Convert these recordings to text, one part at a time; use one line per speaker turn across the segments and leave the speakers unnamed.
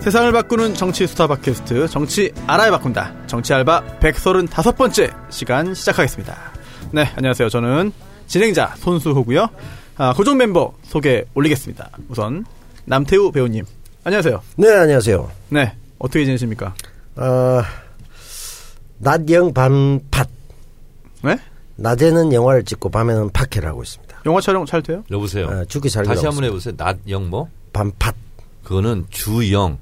세상을 바꾸는 정치 수다 팟캐스트 정치 알아야 바꾼다 정치 알바 135번째 시간 시작하겠습니다. 네 안녕하세요 저는 진행자 손수호고요. 아, 고정 멤버 소개 올리겠습니다. 우선 남태우 배우님 안녕하세요.
네, 안녕하세요.
네 어떻게 지내십니까?
아, 낮영 밤팟.
네
낮에는 영화를 찍고 밤에는 팟캐를 하고 있습니다.
영화 촬영 잘 돼요?
여보세요.
아, 죽기 살기
다시 한번 해보세요. 낮영 뭐?
밤팟.
그거는 주영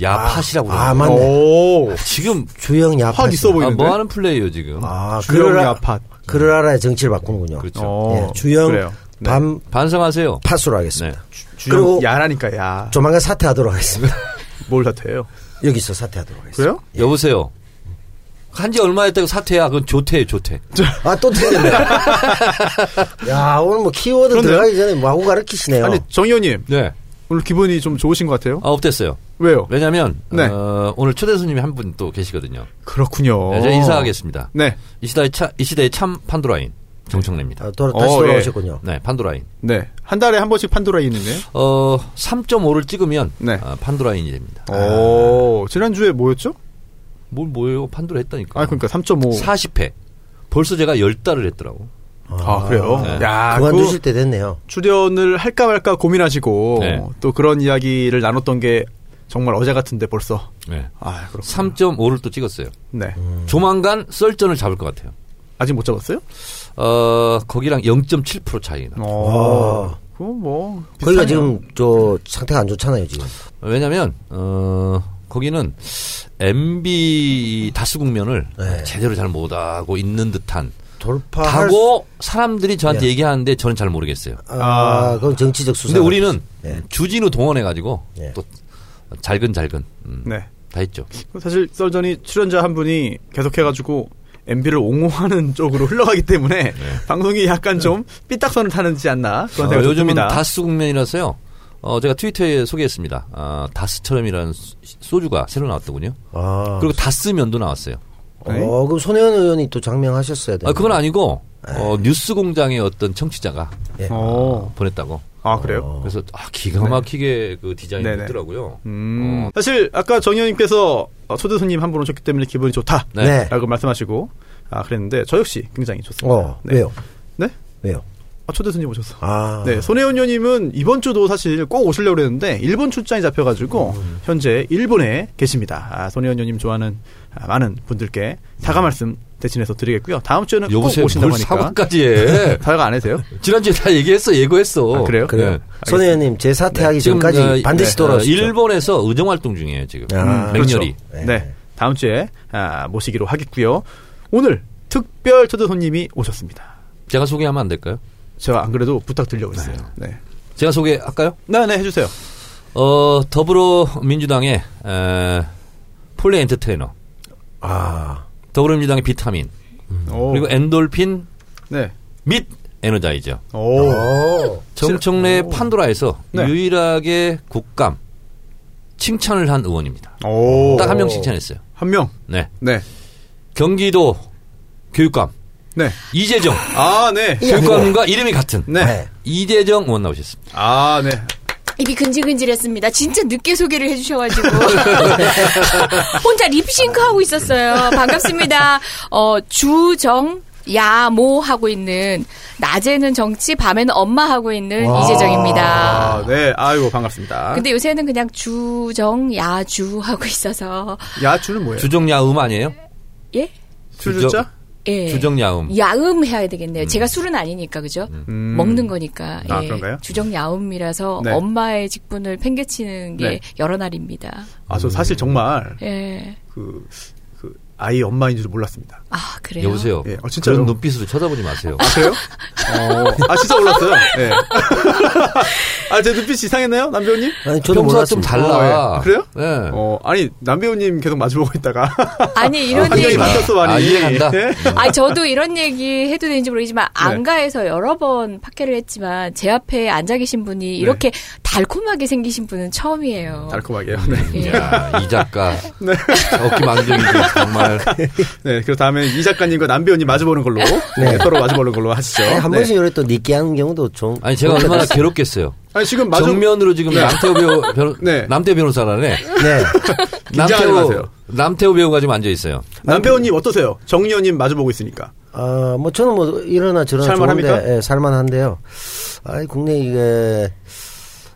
야팟이라고 그래요.
아, 맞네.
오
지금
주영 야팟.
확 있어
아,
보이는데.
뭐 하는 플레이요 지금?
아,
주영
그럴 아-
야팟.
그럴 알아야 정치를 바꾸는군요.
그렇죠.
어,
예, 주영
그래요. 네.
밤
반성하세요.
팟으로 하겠습니다.
주영
그리고-
야라니까 야.
조만간 사퇴하도록 하겠습니다.
뭘 사퇴해요?
여기서 사퇴하도록 하겠습니다.
그래요?
여보세요. 한지 얼마 됐다고 사퇴야. 그건 조퇴예요, 조퇴.
아, 또 틀렸네. 야, 오늘 뭐 키워드
그런데요?
들어가기 전에 마구 가르치시네요.
아니 정 의원님
네.
오늘 기분이 좀 좋으신 것 같아요.
아, 없댔어요.
왜요?
왜냐면
네.
어, 오늘 초대 손님이 한 분 또 계시거든요.
그렇군요.
네, 제가 인사하겠습니다.
어. 네,
이 시대의 차, 이 시대의 참 판도라인 정청래입니다.
아, 돌아, 다시
어, 예.
돌아오셨군요.
네, 판도라인.
네. 한 달에 한 번씩 판도라 있는데요.
어, 3.5를 찍으면
네. 어.
아, 판도라인이 됩니다. 아,
오, 지난주에 뭐였죠?
뭘 뭐예요? 판도라 했다니까.
아, 그러니까 3.5.
40회. 벌써 제가 10달을 했더라고.
아, 그래요?
네.
야,
그만두실
그
때 됐네요.
출연을 할까 말까 고민하시고,
네.
또 그런 이야기를 나눴던 게 정말 어제 같은데 벌써.
네.
아, 그렇군
3.5를 또 찍었어요.
네.
음.
조만간 썰전을 잡을 것 같아요.
아직 못 잡았어요?
어, 거기랑 0.7% 차이나.
어. 그 뭐. 비슷하네요.
거기가 아. 지금 저 상태가 안 좋잖아요, 지금.
왜냐면, 어, 거기는 MB 다수 국면을
네.
제대로 잘 못하고 있는 듯한.
돌파할
하고 사람들이 저한테
예.
얘기하는데 저는 잘 모르겠어요.
아, 그건 정치적 수사.
근데 우리는
예.
주진우 동원해가지고
예.
또 잘근잘근 음,
네.
다 했죠.
사실 썰전이 출연자 한 분이 계속해가지고 MB를 옹호하는 쪽으로 흘러가기 때문에 방송이 약간 좀 삐딱선을 타는지 않나 그런
어,
생각이
네. 요즘은
듭니다.
다스 국면이라서요. 어, 제가 트위터에 소개했습니다. 아, 다스처럼이라는 소- 소주가 새로 나왔더군요.
아,
그리고 다스면도 나왔어요.
네.
어, 그럼 손혜원 의원이 또 장명하셨어야 돼.
아, 그건 아니고 어,
네.
뉴스 공장의 어떤 청취자가
예.
어.
보냈다고.
아 그래요?
그래서 아, 기가 막히게 그 디자인이
네네.
있더라고요.
음.
어.
사실 아까 정 의원님께서 어, 초대 손님 한 분 오셨기 때문에 기분이 좋다라고
네.
네.
말씀하시고 아 그랬는데 저 역시 굉장히 좋습니다.
어,
네.
왜요?
네?
왜요?
아, 초대 손님 오셨어.
아,
네, 손혜원 의원님은 이번 주도 사실 꼭 오시려고 그랬는데 일본 출장이 잡혀가지고
음.
현재 일본에 계십니다. 아, 손혜원 의원님 좋아하는 아, 많은 분들께
음.
사과 말씀 대신해서 드리겠고요. 다음 주에는
여보세요.
꼭 오신다고
뭘
하니까
사과까지 해.
사과 안 해세요?
지난주에 다 얘기했어. 예고했어.
아, 그래요?
그래요.
네.
손혜원님 제 사퇴하기 전까지
어,
반드시
네.
돌아오시죠.
일본에서 의정 활동 중이에요, 지금.
아,
맹렬히.
음, 네. 다음 주에 아, 모시기로 하겠고요. 오늘 특별 초대 손님이 오셨습니다.
제가 소개하면 안 될까요?
제가 안 그래도 부탁드리려고 했어요. 네.
제가 소개할까요?
네, 네, 해주세요.
어, 더불어민주당의 에, 폴리 엔터테이너,
아,
더불어민주당의 비타민,
오.
그리고 엔돌핀
네.
및 에너자이저.
오.
네.
오,
정청래 판도라에서
네.
유일하게 국감 칭찬을 한 의원입니다.
오.
딱 한 명 칭찬했어요.
한 명.
네.
네.
경기도 교육감
네.
이재정
아, 네.
예.
교육감과 이름이 같은
네.
네.
이재정 의원 나오셨습니다.
아, 네.
입이 근질근질했습니다. 진짜 늦게 소개를 해주셔가지고 혼자 립싱크 하고 있었어요. 반갑습니다. 어, 주정 야모 하고 있는 낮에는 정치, 밤에는 엄마 하고 있는 이재정입니다.
아, 네. 아이고, 반갑습니다.
근데 요새는 그냥 주정 야주 하고 있어서
야추는 뭐예요?
주정야음 아니에요?
예,
주주자?
예.
주정야음.
야음 해야 되겠네요. 제가 술은 아니니까 그죠?
음.
먹는 거니까.
아,
예.
그런가요?
주정 야음이라서
네.
엄마의 직분을 팽개치는 게
네.
여러 날입니다.
아, 저 사실 정말
예.
그, 그, 아이 엄마인 줄 몰랐습니다.
아 그래요.
여보세요.
예, 어, 진짜요?
그런 눈빛으로 쳐다보지 마세요.
아, 그래요? 어, 아, 진짜 몰랐어요. 예. 아, 제 눈빛이 이상했나요? 남배우님?
아니 저도
평소와 좀
몰랐습니다.
달라.
어, 예. 그래요?
예.
어, 아니, 남배우님 계속 마주보고 있다가.
아니 이런
환경이
얘기
바뀌었어, 많이.
아, 이해간다.
예?
아 저도 이런 얘기 해도 되는지 모르겠지만 안가에서 여러 번 팟캐를 했지만 제 앞에 앉아 계신 분이 이렇게 달콤하게 생기신 분은 처음이에요.
달콤하게요. 네.
야, 이 작가. 어깨 망정이 정말.
네, 그래서 다음에 이 작가님과 남배우님 마주보는 걸로. 네, 서로 마주보는 걸로 하시죠.
네, 한
네.
번씩 요래 또 느끼하는 경우도 좀.
아니, 제가 얼마나 괴롭겠어요.
아니 지금 마중
정면으로 지금 남태호 배우 변,
네.
남태호 변호사라네.
네.
긴장하지
남태호
마세요.
남태호 배우가 지금 앉아 있어요.
남배우님 어떠세요? 정의원님 마주보고 있으니까.
아, 뭐 저는 뭐 이러나 저러나
살만합니까?
좋은데, 예, 살만한데요. 아, 국내 이게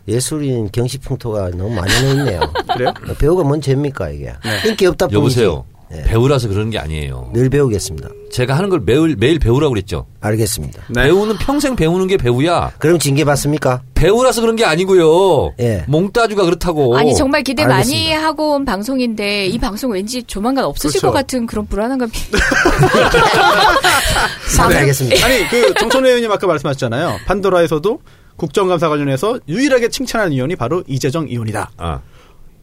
예술인 경시풍토가 너무 많이 나 있네요. 어,
그래요? 네.
배우가 뭔 죄입니까 이게? 인기 없다 뿐이지.
여보세요.
예.
배우라서 그런 게 아니에요.
늘 배우겠습니다.
제가 하는 걸 매일 매일 배우라고 그랬죠.
알겠습니다.
네.
배우는 평생 배우는 게 배우야.
그럼 징계 받습니까?
배우라서 그런 게 아니고요.
예.
몽따주가 그렇다고.
아니 정말 기대 많이
알겠습니다.
하고 온 방송인데 이 방송 왠지 조만간 없어질
그렇죠.
것 같은 그런 불안감이
네, 알겠습니다.
아니 그 정천우 의원님 아까 말씀하셨잖아요. 판도라에서도 국정감사 관련해서 유일하게 칭찬하는 의원이 바로 이재정 의원이다.
아,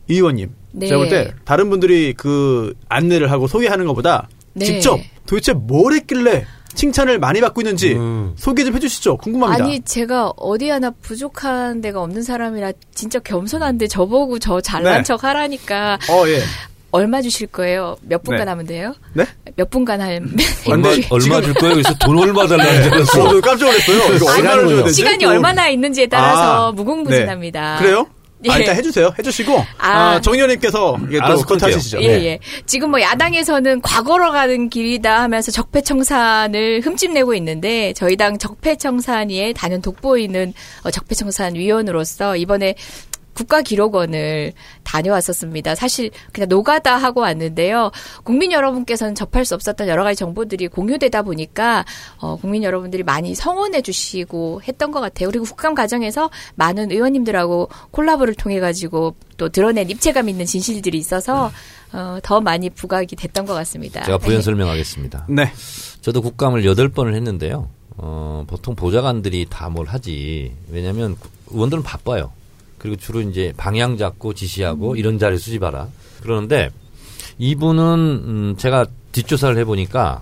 이 의원님.
네.
제가 볼 때 다른 분들이 그 안내를 하고 소개하는 것보다
네.
직접 도대체 뭘 했길래 칭찬을 많이 받고 있는지
음.
소개 좀 해주시죠. 궁금합니다.
아니 제가 어디 하나 부족한 데가 없는 사람이라 진짜 겸손한데 저보고 저 잘난
네.
척 하라니까
어 예.
얼마 주실 거예요? 몇 분간
네.
하면 돼요?
네?
몇 분간
음.
하면
얼마
근데
얼마 줄 거예요? 그래서 돈 얼마 달라는 줄
어,
알았어.
저 깜짝 놀랐어요. 이거
시간이요.
얼마나 줘야 되지?
시간이
어.
얼마나 있는지에 따라서
아,
무궁무진합니다.
네. 그래요? 아,
예.
일단 해주세요. 해주시고
아.
아, 정의원님께서 이게 또
알아서 끊을게요.
컨타시죠.
예, 예. 지금 뭐 야당에서는 과거로 가는 길이다 하면서 적폐청산을 흠집내고 있는데 저희 당 적폐청산위의 단연 돋보이는 어, 적폐청산 위원으로서 이번에 국가기록원을 다녀왔었습니다. 사실 그냥 노가다 하고 왔는데요. 국민 여러분께서는 접할 수 없었던 여러 가지 정보들이 공유되다 보니까 어, 국민 여러분들이 많이 성원해 주시고 했던 것 같아요. 그리고 국감 과정에서 많은 의원님들하고 콜라보를 통해 가지고 또 드러낸 입체감 있는 진실들이 있어서 어, 더 많이 부각이 됐던 것 같습니다.
제가 부연 설명하겠습니다.
네.
저도 국감을 여덟 번을 했는데요. 어, 보통 보좌관들이 다 뭘 하지. 왜냐면 의원들은 바빠요. 그리고 주로 이제 방향 잡고 지시하고
음.
이런 자리 수집하라. 그러는데 이분은 음, 제가 뒷조사를 해보니까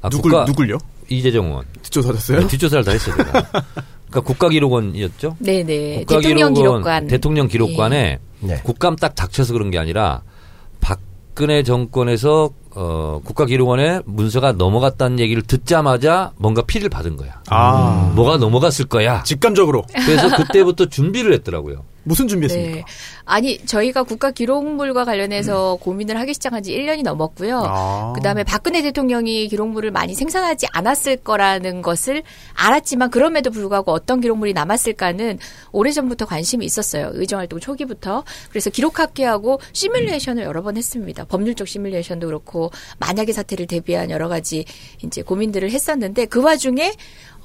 아,
누굴
국가-
누굴요?
이재정 의원
뒷조사하셨어요?
네, 뒷조사를 다 했어요. 제가. 그러니까 국가기록원이었죠.
네네.
국가기록원,
대통령 기록관. 예.
대통령 기록관에
네.
국감 딱 닥쳐서 그런 게 아니라 박근혜 정권에서 어, 국가기록원에 문서가 넘어갔다는 얘기를 듣자마자 뭔가 피를 받은 거야.
아.
뭐가 넘어갔을 거야.
직감적으로
그래서 그때부터 준비를 했더라고요.
무슨 준비했습니까?
네. 아니, 저희가 국가 기록물과
음.
관련해서 고민을 하기 시작한 지 1년이 넘었고요.
아.
그다음에 박근혜 대통령이 기록물을 많이 생산하지 않았을 거라는 것을 알았지만 그럼에도 불구하고 어떤 기록물이 남았을까는 오래전부터 관심이 있었어요. 의정활동 초기부터. 그래서 기록학계하고 시뮬레이션을 여러 번 했습니다. 법률적 시뮬레이션도 그렇고 만약의 사태를 대비한 여러 가지 이제 고민들을 했었는데 그 와중에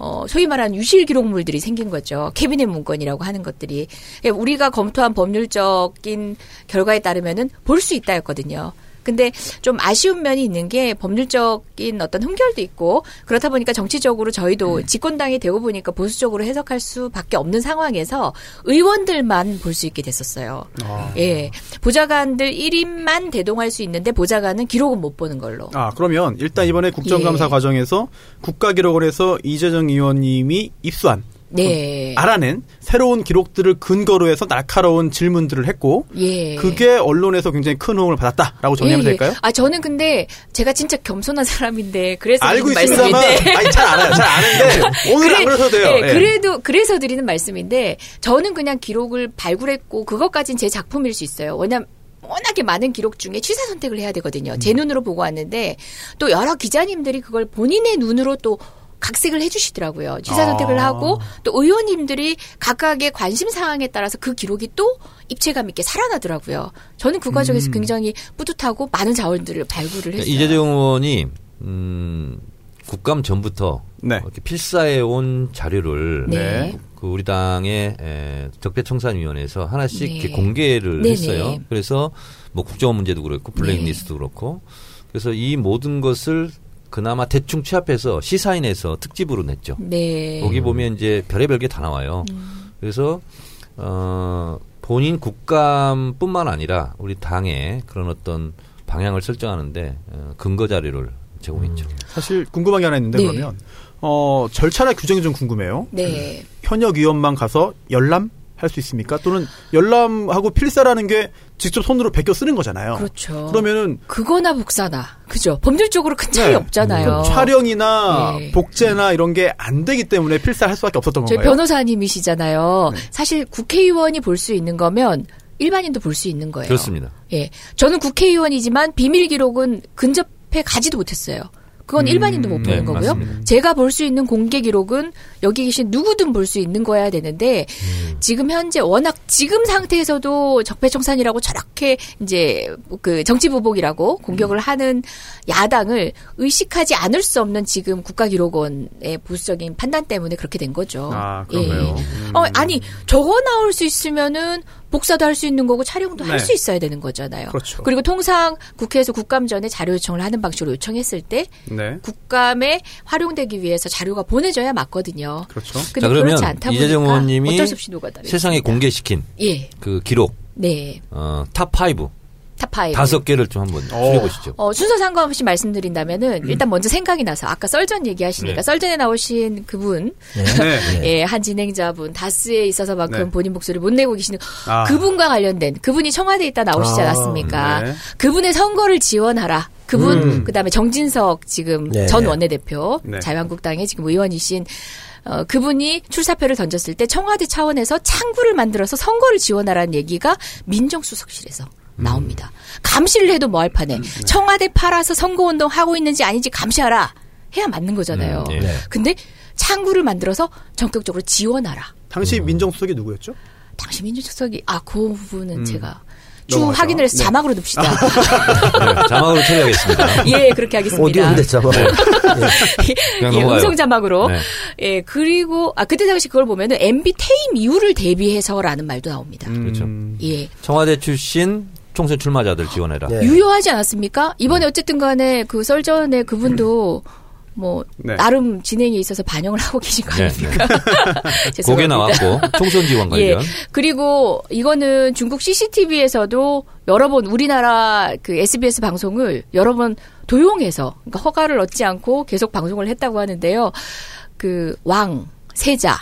어, 소위 말하는 유실 기록물들이 생긴 거죠. 캐비넷 문건이라고 하는 것들이. 예, 우리가 검토한 법률적인 결과에 따르면은 볼 수 있다였거든요. 근데 좀 아쉬운 면이 있는 게 법률적인 어떤 흠결도 있고 그렇다 보니까 정치적으로
네.
저희도 집권당이 되고 보니까 보수적으로 해석할 수밖에 없는 상황에서 의원들만 볼 수 있게 됐었어요.
아.
예. 보좌관들 1인만 대동할 수 있는데 보좌관은 기록은 못 보는 걸로.
아 그러면 일단 이번에 국정감사
예.
과정에서 국가기록원에서 이재정 의원님이 입수한
네.
알아낸 새로운 기록들을 근거로 해서 날카로운 질문들을 했고
예.
그게 언론에서 굉장히 큰 호응을 받았다라고 정리하면
예, 예.
될까요?
아 저는 근데 제가 진짜 겸손한 사람인데 그래서
알고
드리는
있습니다만
아, 말씀인데.
아니 잘 알아요 잘 아는데 오늘 안 그러셔도 돼요.
예,
예.
그래도 그래서 드리는 말씀인데 저는 그냥 기록을 발굴했고 그것까진 제 작품일 수 있어요. 왜냐면 워낙에 많은 기록 중에 취사 선택을 해야 되거든요.
음.
제 눈으로 보고 왔는데 또 여러 기자님들이 그걸 본인의 눈으로 또 각색을 해주시더라고요. 취사
아.
선택을 하고 또 의원님들이 각각의 관심 사항에 따라서 그 기록이 또 입체감 있게 살아나더라고요. 저는 그 과정에서
음.
굉장히 뿌듯하고 많은 자원들을 발굴을
그러니까
했어요.
이재정 의원이 음, 국감 전부터
네.
이렇게 필사해 온 자료를
네.
그 우리 당의 에, 적폐청산위원회에서 하나씩
네.
이렇게 공개를
네네.
했어요. 그래서 뭐 국정원 문제도 그렇고 블랙리스트도
네.
그렇고 그래서 이 모든 것을 그나마 대충 취합해서 시사인에서 특집으로 냈죠.
네. 음.
거기 보면 이제 별의별 게 다 나와요. 그래서 어 본인 국감뿐만 아니라 우리 당의 그런 어떤 방향을 설정하는데 어, 근거 자료를 제공했죠.
음.
사실 궁금한 게 하나 있는데
네.
그러면 어 절차나 규정이 좀 궁금해요.
네.
현역 의원만 가서 열람 할 수 있습니까? 또는 열람하고 필사라는 게 직접 손으로 베껴 쓰는 거잖아요.
그렇죠.
그러면은
그거나 복사나 그죠? 법률적으로 큰 차이
네.
없잖아요.
촬영이나
네.
복제나 이런 게 안 되기 때문에 필사할 수밖에 없었던
저희
건가요? 네.
변호사님이시잖아요. 사실 국회의원이 볼 수 있는 거면 일반인도 볼 수 있는 거예요.
그렇습니다.
예. 저는 국회의원이지만 비밀 기록은 근접해 가지도 못했어요. 그건 일반인도 못 보는
네,
거고요.
맞습니다.
제가 볼 수 있는 공개 기록은 여기 계신 누구든 볼 수 있는 거야 되는데 지금 현재 워낙 지금 상태에서도 적폐청산이라고 저렇게 이제 그 정치보복이라고 공격을 하는 야당을 의식하지 않을 수 없는 지금 국가기록원의 보수적인 판단 때문에 그렇게 된 거죠.
아, 그런가요?
예. 어, 아니 저거 나올 수 있으면은 복사도 할 수 있는 거고 촬영도
네.
할 수 있어야 되는 거잖아요.
그렇죠.
리고 통상 국회에서 국감 전에 자료 요청을 하는 방식으로 요청했을 때
네.
국감에 활용되기 위해서 자료가 보내져야 맞거든요.
그렇죠.
근데
자, 그러면
그렇지 않다 보니까
이재정 의원님이
어쩔 수 없이 녹아다.
세상에 공개시킨
예,
그 기록
네,
어, 탑 5.
탑파이
다섯 개를 좀 한번 줄여보시죠.
어, 순서 상관없이 말씀드린다면은 일단 먼저 생각이 나서 아까 썰전 얘기하시니까
네.
썰전에 나오신 그분
네.
예, 한 진행자분 다스에 있어서만큼
네.
본인 목소리 못 내고 계시는
아.
그분과 관련된 그분이 청와대에 있다 나오시지
아,
않았습니까?
네.
그분의 선거를 지원하라. 그분 그다음에 정진석 지금
네,
전
네.
원내대표
네.
자유한국당의 지금 의원이신 어, 그분이 출사표를 던졌을 때 청와대 차원에서 창구를 만들어서 선거를 지원하라는 얘기가 민정수석실에서
음.
나옵니다. 감시를 해도 뭐할 판에
네.
청와대 팔아서 선거운동 하고 있는지 아닌지 감시하라 해야 맞는 거잖아요.
음, 예.
근데 창구를 만들어서 전격적으로 지원하라.
당시 민정수석이 누구였죠?
당시 민주적석이 아 그 부분은 제가 주
음. 넘어가죠.
확인을 해서
네.
자막으로 둡시다.
네, 자막으로 처리하겠습니다.
예, 그렇게 하겠습니다.
오디오인데 잡아.
그냥
예,
넘어가요.
음성 자막으로.
네.
예, 그리고 아 그때 당시 그걸 보면은 MB 퇴임 이후를 대비해서라는 말도 나옵니다.
그렇죠.
예.
청와대 출신 총선 출마자들 지원해라.
네.
유효하지 않았습니까? 이번에
음.
어쨌든 간에 그 썰전에 그분도 뭐
네.
나름 진행에 있어서 반영을 하고 계신 거
네,
아닙니까?
그게
죄송합니다.
나왔고 총선 지원 관련.
예. 그리고 이거는 중국 CCTV에서도 여러 번 우리나라 그 SBS 방송을 여러 번 도용해서 그러니까 허가를 얻지 않고 계속 방송을 했다고 하는데요. 그 왕, 세자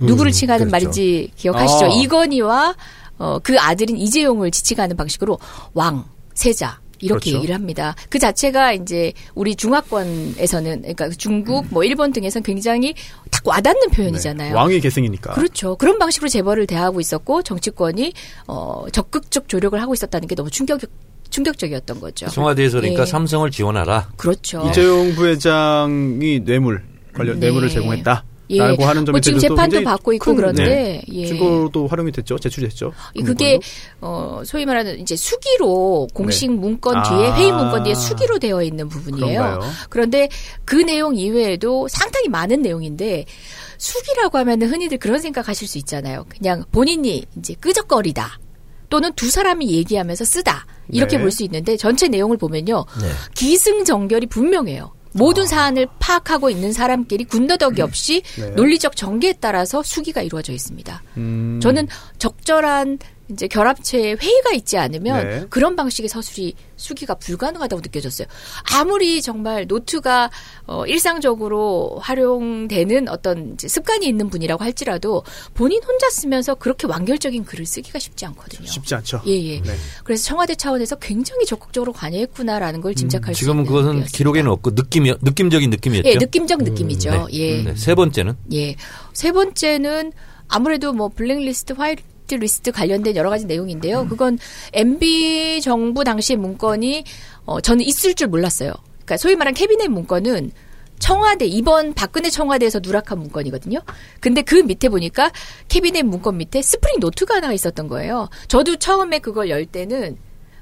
누구를
음,
칭하는
그렇죠.
말인지 기억하시죠?
아.
이건희와 어, 그 아들인 이재용을 지칭하는 방식으로 왕, 세자 이렇게
그렇죠.
얘기를 합니다. 그 자체가 이제 우리 중화권에서는 그러니까 중국, 뭐 일본 등에서는 굉장히 딱 와닿는 표현이잖아요.
네. 왕의 계승이니까.
그렇죠. 그런 방식으로 재벌을 대하고 있었고 정치권이 어, 적극적 조력을 하고 있었다는 게 너무 충격 충격적이었던 거죠.
청와대에서 그러니까
예.
삼성을 지원하라.
그렇죠.
네. 이재용 부회장이 뇌물 관련
네.
뇌물을 제공했다.
예.
라고 하는 점이
뭐 지금
대해서도
재판도
굉장히
받고 있고
큰, 네.
그런데 예.
증거도 활용이 됐죠. 제출됐죠.
이- 그게 어 소위 말하는 이제 수기로 공식 문건 뒤에
아.
회의 문건 뒤에 수기로 되어 있는 부분이에요.
그런가요?
런데그 내용 이외에도 상당히 많은 내용인데 수기라고 하면은 흔히들 그런 생각하실 수 있잖아요. 그냥 본인이 이제 끄적거리다 또는 두 사람이 얘기하면서 쓰다 이렇게
네.
볼 수 있는데 전체 내용을 보면요
네.
기승전결이 분명해요. 모든 사안을 파악하고 있는 사람끼리 군더더기 없이
아. 네.
논리적 전개에 따라서 수기가 이루어져 있습니다.
음,
저는 적절한 이제 결합체의 회의가 있지 않으면
네.
그런 방식의 서술이 수기가 불가능하다고 느껴졌어요. 아무리 정말 노트가 어, 일상적으로 활용되는 어떤 이제 습관이 있는 분이라고 할지라도 본인 혼자 쓰면서 그렇게 완결적인 글을 쓰기가 쉽지 않거든요.
쉽지 않죠.
예, 예.
네.
그래서 청와대 차원에서 굉장히 적극적으로 관여했구나라는 걸 짐작할
음,
수 있는
지금은 그것은
내용이었습니다.
기록에는 없고 느낌이 느낌적인 느낌이었죠.
예, 느낌적 느낌이죠. 예.
네, 세 번째는
예. 세 번째는 아무래도 뭐 블랙리스트, 화이트 리스트 관련된 여러 가지 내용인데요. 그건 MB 정부 당시 문건이 어 저는 있을 줄 몰랐어요. 그러니까 소위 말한 캐비넷 문건은 청와대 이번 박근혜 청와대에서 누락한 문건이거든요. 근데 그 밑에 보니까 캐비넷 문건 밑에 스프링 노트가 하나 있었던 거예요. 저도 처음에 그걸 열 때는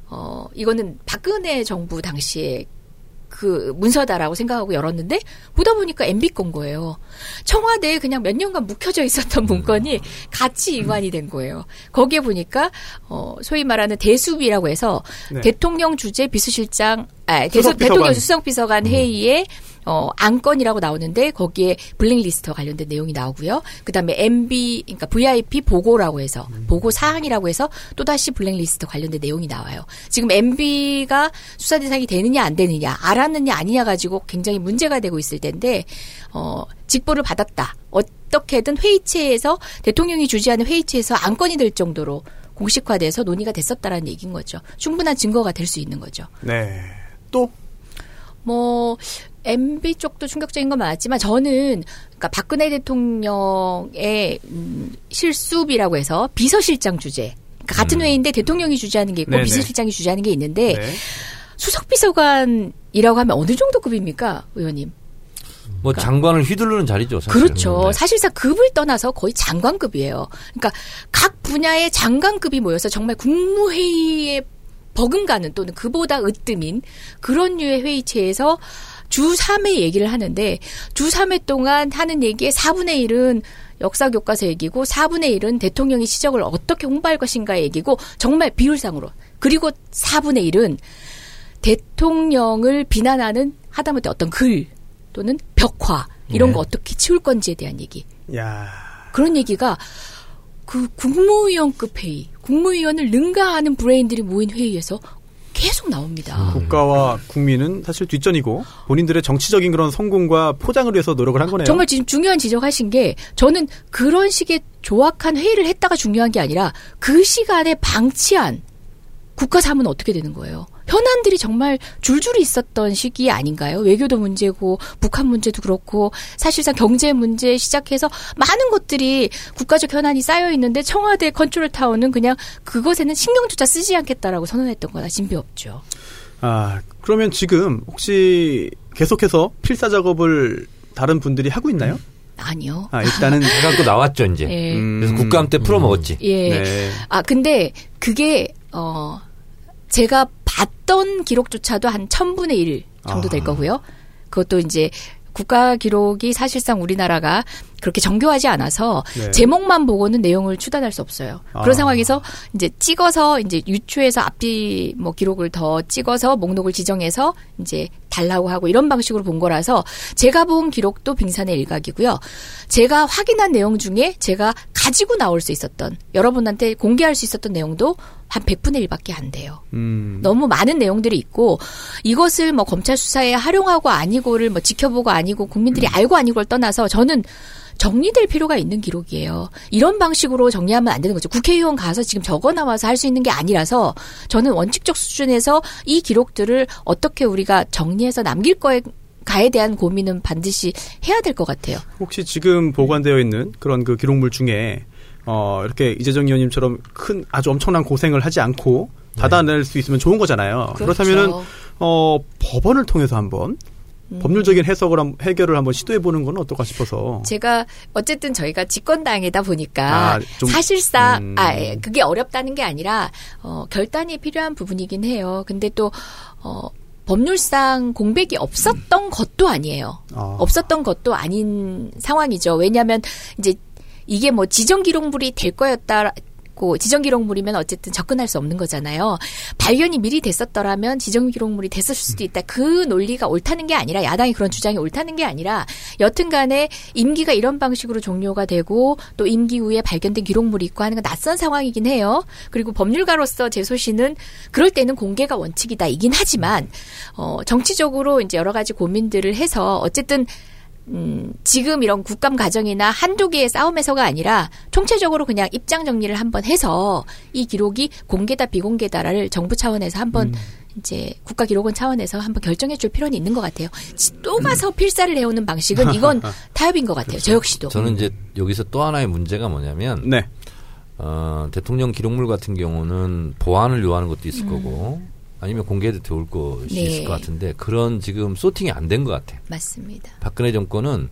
어 이거는 박근혜 정부 당시에 그 문서다라고 생각하고 열었는데 보다 보니까 MB 건 거예요. 청와대에 그냥 몇 년간 묵혀져 있었던
음.
문건이 같이 이관이 된 거예요. 거기에 보니까 어 소위 말하는 대수비라고 해서
네.
대통령 주재 비서실장 아 대수
수석 비서관.
대통령 수석 비서관 회의에 어 안건이라고 나오는데 거기에 블랙리스트와 관련된 내용이 나오고요. 그다음에 MB 그러니까 VIP 보고라고 해서 보고 사항이라고 해서 또 다시 블랙리스트 관련된 내용이 나와요. 지금 MB가 수사 대상이 되느냐 안 되느냐 알았느냐 아니냐 가지고 굉장히 문제가 되고 있을 텐데 어 직보를 받았다. 어떤 어떻게든 회의체에서 대통령이 주재하는 회의체에서 안건이 될 정도로 공식화돼서 논의가 됐었다라는 얘기인 거죠. 충분한 증거가 될 수 있는 거죠.
네. 또
뭐 MB 쪽도 충격적인 건 많았지만 저는 그러니까 박근혜 대통령의 음, 실수비라고 해서 비서실장 주재 그러니까 같은 회의인데 대통령이 주재하는 게 있고
음. 네네.
비서실장이 주재하는 게 있는데
네.
수석 비서관이라고 하면 어느 정도 급입니까, 의원님?
뭐
그러니까.
장관을 휘두르는 자리죠. 사실은.
그렇죠.
네.
사실상 급을 떠나서 거의 장관급이에요. 그러니까 각 분야의 장관급이 모여서 정말 국무회의에 버금가는 또는 그보다 으뜸인 그런 류의 회의체에서 주 3회 얘기를 하는데 주 3회 동안 하는 얘기의 4분의 1은 역사 교과서 얘기고 4분의 1은 대통령이 시적을 어떻게 홍보할 것인가 얘기고 정말 비율상으로 그리고 4분의 1은 대통령을 비난하는 하다못해 어떤 글 또는 벽화 이런 거 어떻게 치울 건지에 대한 얘기
야.
그런 얘기가 그 국무위원급 회의 국무위원을 능가하는 브레인들이 모인 회의에서 계속 나옵니다.
국가와 국민은 사실 뒷전이고 본인들의 정치적인 그런 성공과 포장을 위해서 노력을 한 거네요.
정말 지금 중요한 지적하신 게 저는 그런 식의 조악한 회의를 했다가 중요한 게 아니라 그 시간에 방치한 국가 사무는 어떻게 되는 거예요? 현안들이 정말 줄줄이 있었던 시기 아닌가요? 외교도 문제고 북한 문제도 그렇고 사실상 경제 문제 시작해서 많은 것들이 국가적 현안이 쌓여 있는데 청와대 컨트롤 타워는 그냥 그것에는 신경조차 쓰지 않겠다라고 선언했던 거나 진비 없죠.
아, 그러면 지금 혹시 계속해서 필사 작업을 다른 분들이 하고 있나요?
아니요.
아, 일단은
해갖고 나왔죠 이제.
예.
음,
그래서 국감 때 풀어 먹었지.
예.
네.
아, 근데 그게, 어, 제가 봤던 기록조차도 한 1000분의 1 정도 될
아.
거고요. 그것도 이제 국가 기록이 사실상 우리나라가 그렇게 정교하지 않아서
네.
제목만 보고는 내용을 추단할 수 없어요. 그런
아.
상황에서 이제 찍어서 이제 유추해서 앞뒤 뭐 기록을 더 찍어서 목록을 지정해서 이제 달라고 하고 이런 방식으로 본 거라서 제가 본 기록도 빙산의 일각이고요. 제가 확인한 내용 중에 제가 가지고 나올 수 있었던 여러분한테 공개할 수 있었던 내용도 한 100분의 1밖에 안 돼요.
음.
너무 많은 내용들이 있고 이것을 뭐 검찰 수사에 활용하고 아니고를 뭐 지켜보고 아니고 국민들이 알고 아니고를 떠나서 저는 정리될 필요가 있는 기록이에요. 이런 방식으로 정리하면 안 되는 거죠. 국회의원 가서 지금 적어 나와서 할 수 있는 게 아니라서 저는 원칙적 수준에서 이 기록들을 어떻게 우리가 정리해서 남길 거에 가에 대한 고민은 반드시 해야 될 것 같아요.
혹시 지금 보관되어 있는 그런 그 기록물 중에 어, 이렇게 이재정 의원님처럼 큰 아주 엄청난 고생을 하지 않고
네.
받아낼 수 있으면 좋은 거잖아요.
그렇죠.
다면은 어, 법원을 통해서 한번
음.
법률적인 해석을 한, 해결을 한번 시도해 보는 건 어떨까 싶어서.
제가 어쨌든 저희가 집권당이다 보니까
아, 좀-
사실상
음.
아 예, 그게 어렵다는 게 아니라 어, 결단이 필요한 부분이긴 해요. 근데 또 어, 법률상 공백이 없었던 것도 아니에요.
아.
없었던 것도 아닌 상황이죠. 왜냐하면 이제 이게 뭐 지정 기록물이 될 거였다. 고 지정 기록물이면 어쨌든 접근할 수 없는 거잖아요. 발견이 미리 됐었더라면 지정 기록물이 됐을 수도 있다. 그 논리가 옳다는 게 아니라 야당이 그런 주장이 옳다는 게 아니라 여튼간에 임기가 이런 방식으로 종료가 되고 또 임기 후에 발견된 기록물이 있고 하는 건 낯선 상황이긴 해요. 그리고 법률가로서 제 소신은 그럴 때는 공개가 원칙이다 이긴 하지만 어 정치적으로 이제 여러 가지 고민들을 해서 어쨌든 음, 지금 이런 국감 과정이나 한두 개의 싸움에서가 아니라 총체적으로 그냥 입장 정리를 한번 해서 이 기록이 공개다 비공개다를 정부 차원에서
음.
한번 이제 국가 기록원 차원에서 한번 결정해 줄 필요는 있는 것 같아요. 지- 또 가서
음.
필사를 해오는 방식은 이건 타협인 것 같아요. 저 역시도.
그렇죠. 저는 이제 여기서 또 하나의 문제가 뭐냐면
네.
어, 대통령 기록물 같은 경우는 보안을 요하는 것도 있을 거고 아니면 공개해도 좋을 것이
음. 네.
있을 것 같은데 그런 지금 소팅이 안 된 것 같아요.
맞습니다.
박근혜 정권은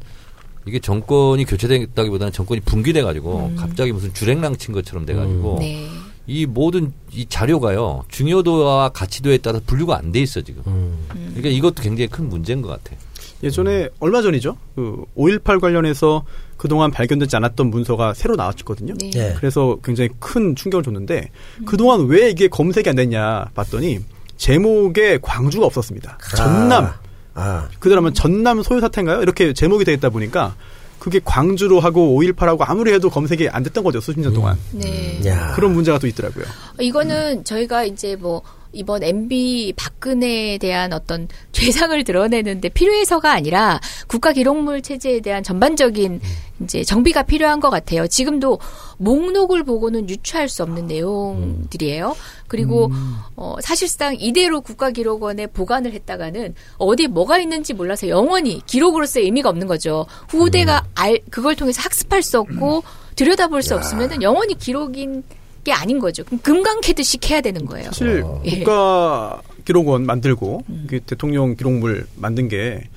이게 정권이 교체됐다기보다는 정권이 붕괴돼 가지고 갑자기 무슨 주랭랑 친 것처럼 돼 가지고
음. 네.
이 모든 이 자료가요 중요도와 가치도에 따라 분류가 안 돼 있어 지금.
음.
그러니까 이것도 굉장히 큰 문제인 것 같아요.
예전에 얼마 전이죠. 그 5.18 관련해서 그동안 발견되지 않았던 문서가 새로 나왔거든요.
네.
예.
그래서 굉장히 큰 충격을 줬는데 그동안 왜 이게 검색이 안 됐냐 봤더니 제목에 광주가 없었습니다. 전남
아,
그대로 하면 전남 소요 사태인가요? 이렇게 제목이 되어 있다 보니까 그게 광주로 하고 5.18하고 아무리 해도 검색이 안 됐던 거죠 수십 년 동안
음.
네.
아. 야.
그런 문제가 또 있더라고요.
이거는 저희가 이제 뭐 이번 MB 박근혜에 대한 어떤 죄상을 드러내는데 필요해서가 아니라 국가 기록물 체제에 대한 전반적인 이제 정비가 필요한 것 같아요. 지금도 목록을 보고는 유추할 수 없는 내용들이에요. 그리고 어, 사실상 이대로 국가기록원에 보관을 했다가는 어디 뭐가 있는지 몰라서 영원히 기록으로서의 의미가 없는 거죠. 후대가 알 그걸 통해서 학습할 수 없고 들여다볼 수 없으면은 영원히 기록인 게 아닌 거죠. 그럼 금강캐듯이 해야 되는 거예요. 음.
사실
어.
국가 기록원 만들고 그 대통령 기록물 만든 게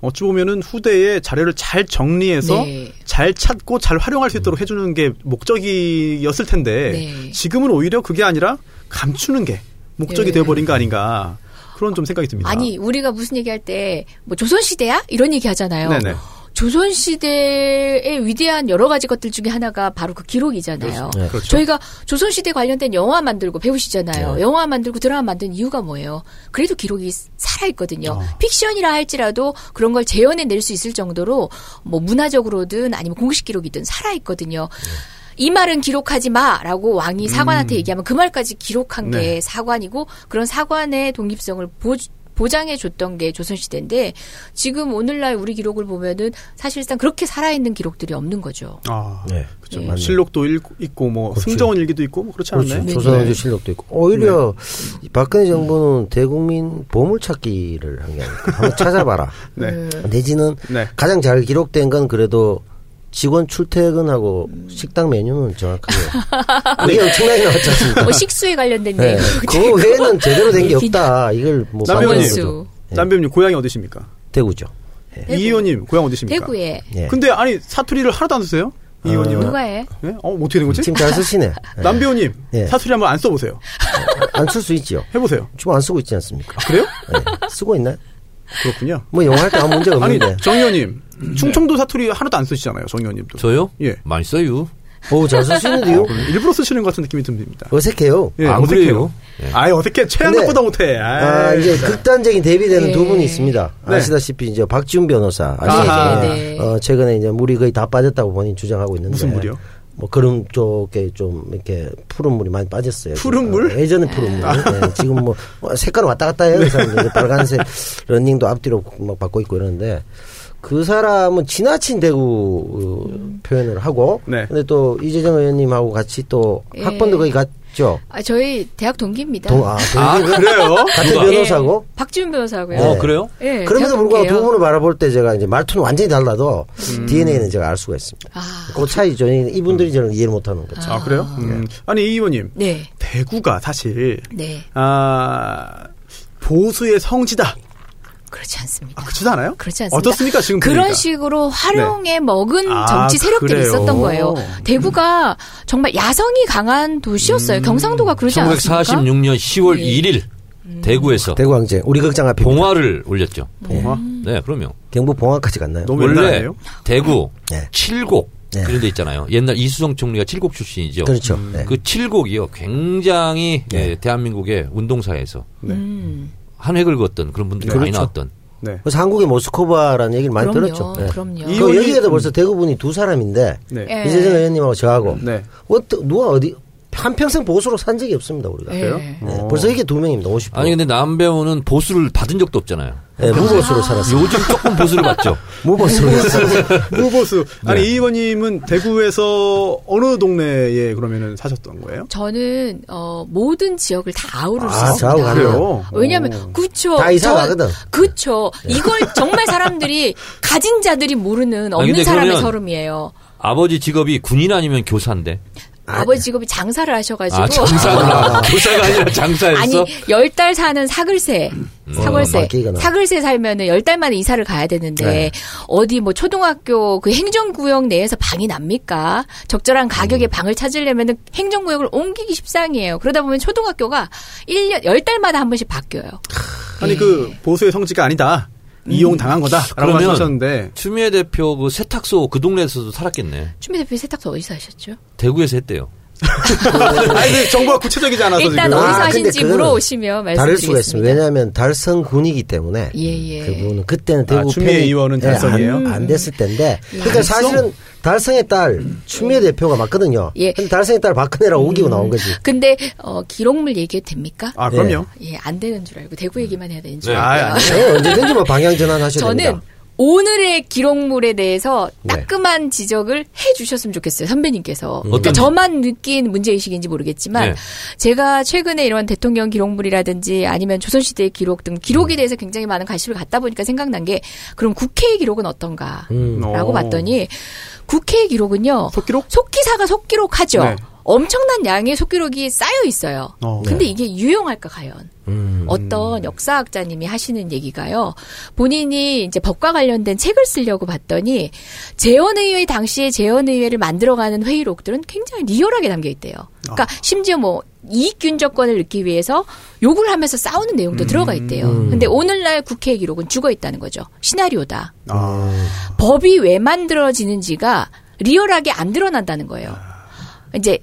어찌 보면은 후대에 자료를 잘 정리해서
네.
잘 찾고 잘 활용할 수
음.
있도록 해주는 게 목적이었을 텐데
네.
지금은 오히려 그게 아니라 감추는 게 목적이
네.
되어버린 거 아닌가 그런 좀 생각이 듭니다.
아니 우리가 무슨 얘기할 때 뭐 조선시대야 이런 얘기 하잖아요.
네네.
조선시대의 위대한 여러 가지 것들 중에 하나가 바로 그 기록이잖아요.
네.
그렇죠.
저희가 조선시대 관련된 영화 만들고 배우시잖아요.
네.
영화 만들고 드라마 만든 이유가 뭐예요? 그래도 기록이 살아있거든요.
어.
픽션이라 할지라도 그런 걸 재현해낼 수 있을 정도로 뭐 문화적으로든 아니면 공식 기록이든 살아있거든요.
네.
이 말은 기록하지 마라고 왕이 사관한테 얘기하면 그 말까지 기록한
음. 네.
게 사관이고 그런 사관의 독립성을 보, 보장해 줬던 게 조선시대인데 지금 오늘날 우리 기록을 보면은 사실상 그렇게 살아있는 기록들이 없는 거죠.
아,
네.
그렇죠.
네.
뭐 실록도 읽- 있고 뭐
그렇죠.
승정원 일기도 있고 뭐 그렇지 않나요?
그렇죠. 조선왕조 실력도 있고 오히려
네.
이 박근혜 정부는 대국민 보물찾기를 한 게 아닐까. 한번 찾아봐라.
네.
내지는
네.
가장 잘 기록된 건 그래도 직원 출퇴근하고 식당 메뉴는 정확하게 이게 엄청나게 나왔지 않습니까?
뭐 식수에 관련된 그렇죠.
네.
얘기.
그 외에는 제대로 된 게 없다. 이걸 뭐
네. 남편이-
반대로도.
네. 남배우님 고향이 어디십니까?
대구죠. 네.
이 의원님 고향 어디십니까?
대구에
예.
근데 아니 사투리를 하나도 안 쓰세요?
어.
이 의원님은?
누가 해?
예? 어, 어떻게 된 거지?
지금 잘 쓰시네.
남배우님
예.
사투리 한번 안 써보세요.
안 쓸 수 있지요.
해보세요.
지금 안 쓰고 있지 않습니까?
아, 그래요?
예. 쓰고 있나요?
그렇군요.
뭐 영화 할 때 아무 문제가
아니
없는데. 네. 음,
정 의원님 충청도 사투리 하나도 안 쓰시잖아요. 정 의원님도.
저요?
예.
많이 써요.
어우 잘
아,
쓰시는데요.
일부러 쓰시는 것 같은 느낌이 듭니다.
어색해요.
예,
안
어색해요.
그래요? 예.
아이 어색해. 최양락보다 못해.
아,
아이,
이제
진짜.
극단적인 대비되는
예.
두 분이 있습니다.
네.
아시다시피 이제 박지훈 변호사 아시죠?
아하.
네, 네.
어, 최근에 이제 물이 거의 다 빠졌다고 본인 주장하고 있는데
무슨 물이요?
뭐 그런 쪽에 좀 이렇게 푸른 물이 많이 빠졌어요.
푸른
어,
물? 아.
예전에 푸른 물. 네, 지금 뭐 어, 색깔 왔다 갔다
네.
해요. 그 사람들 빨간색 런닝도 앞뒤로 막 바꿔 있고 이러는데 그 사람은 지나친 대구 어, 표현을 하고
네.
근데 또 이재정 의원님하고 같이 또
예. 네.
학번도 거의 같죠.
아, 저희 대학 동기입니다.
동, 아, 동,
아,
그래요?
같은
누가?
변호사고
예, 박지훈 변호사고요.
어, 그래요?
예,
그럼에도
대학
불구하고
동기예요. 음.
두 분을 바라볼 때 제가 이제 말투는 완전히 달라도 DNA는 제가 알 수가 있습니다.
아,
그 차이죠. 이분들이 저는 이해를 못하는 거죠.
아 그래요? 음. 아니 이 의원님
네,
대구가 사실
네,
아 보수의 성지다.
그렇지 않습니다.
아, 그렇지 않아요?
그렇지 않습니다.
어떻습니까 지금
그런
분위기가?
식으로 활용해 먹은
아,
정치 세력들이
그래요? 음.
있었던 거예요. 대구가 정말 야성이 강한 도시였어요. 경상도가 그러지 않습니까?
1946년 10월
네.
1일 대구에서
대구항제 우리 극장 앞에 예.
봉화를 올렸죠.
봉화?
음.
네, 그럼요.
경부 봉화까지 갔나요?
너무 옛날
원래
아니에요?
대구
어, 네.
칠곡
네.
그런 데 있잖아요. 옛날 이수성 총리가 칠곡 출신이죠.
그렇죠.
음.
네.
그 칠곡이요. 굉장히
네.
예, 대한민국의 운동사에서
네.
음,
한 획을 그었던 그런 분들이 많이
그렇죠.
나왔던.
네.
그래서 한국의 모스크바라는 얘기를 많이
그럼요,
들었죠. 네.
그럼요.
이-
그 여기에도 벌써 대구분이 두 사람인데
음. 네.
예.
이재정 의원님하고 저하고
네.
어떠- 누가 어디 한 평생 보수로 산 적이 없습니다 우리가.
예.
그래요?
네.
어.
벌써 이게 두 명입니다. 50%.
아니 근데 남배우는 보수를 받은 적도 없잖아요.
네,
그
무보수로 살았어요.
요즘 조금 보수를 네. 받죠.
무보수로 살았어요.
무보수. 아니 이 의원님은 대구에서 어느 동네에 그러면은 사셨던 거예요?
저는 어, 모든 지역을 다 아우를 수
아,
있습니다.
좌우 가네요.
그래요?
왜냐하면 그쵸
다 이사
저-
가거든.
그쵸
네.
이걸 정말 사람들이 가진 자들이 모르는
아,
없는
근데
사람의
그러면-
서름이에요.
아버지 직업이 군인 아니면 교사인데.
아버지
네.
직업이 장사를 하셔가지고
아 장사구나. 교사가 아니라 장사였어. 음.
아니 열 달 사는 사글세
어,
사글세
맡기거나.
사글세 살면은 열 달 만에 이사를 가야 되는데
네.
어디 뭐 초등학교 그 행정구역 내에서 방이 납니까 적절한
음.
가격에 방을 찾으려면은 행정구역을 옮기기 십상이에요 그러다 보면 초등학교가 일년열 달마다 한 번씩 바뀌어요
아니 그
네.
보수의 성지가 아니다.
음.
이용 당한 거다라고
그러면-
말씀하셨는데
추미애 대표 그 세탁소 그 동네에서도 살았겠네.
추미 대표 세탁소 어디서 하셨죠
대구에서 했대요.
아니, 근데 정보가 구체적이지 않아서
일단
지금.
아,
어디서
근데
하신지
그거는
물어오시면
다를 수가 있습니다.
말씀드리겠습니다.
왜냐하면 달성군이기 때문에
예, 예.
음, 그분은 그때는 대구
아, 추미애
편이-
의원은
예, 안-
달성이에요? 아,
안, 됐을 때인데
음.
그러니까
달성?
사실은 달성의 딸 추미애 대표가 맞거든요.
예.
근데 달성의 딸 박근혜랑 오기고 나온 거지.
근데 어, 기록물 얘기해도 됩니까?
아, 그럼요.
예, 안 되는 줄 알고
음.
대구 얘기만 해야 되는 줄
네.
알고.
아, 아니.
네, 언제든지 뭐 방향 전환하셔야
저는
됩니다.
오늘의 기록물에 대해서
네. 음.
따끔한 지적을 해 주셨으면 좋겠어요, 선배님께서. 그러니까
어떤-
저만 느낀 문제의식인지 모르겠지만,
네.
제가 최근에 이런 대통령 기록물이라든지 아니면 조선시대의 기록 등
음.
기록에 대해서 굉장히 많은 관심을 갖다 보니까 생각난 게, 그럼 국회의 기록은 어떤가?
음.
라고
오.
봤더니, 국회의 기록은요,
속기록?
속기사가 속기록하죠.
네.
엄청난 양의 속기록이 쌓여 있어요.
어. 음.
근데 이게 유용할까 과연? 어떤 역사학자님이 하시는 얘기가요. 본인이 이제 법과 관련된 책을 쓰려고 봤더니 재원의회 당시에 재원의회를 만들어가는 회의록들은 굉장히 리얼하게 담겨 있대요. 그러니까
아.
심지어 뭐 이익균적권을 얻기 위해서 욕을 하면서 싸우는 내용도 들어가 있대요.
음.
근데 오늘날 국회 기록은 죽어 있다는 거죠. 시나리오다.
아,
법이 왜 만들어지는지가 리얼하게 안 드러난다는 거예요. 이제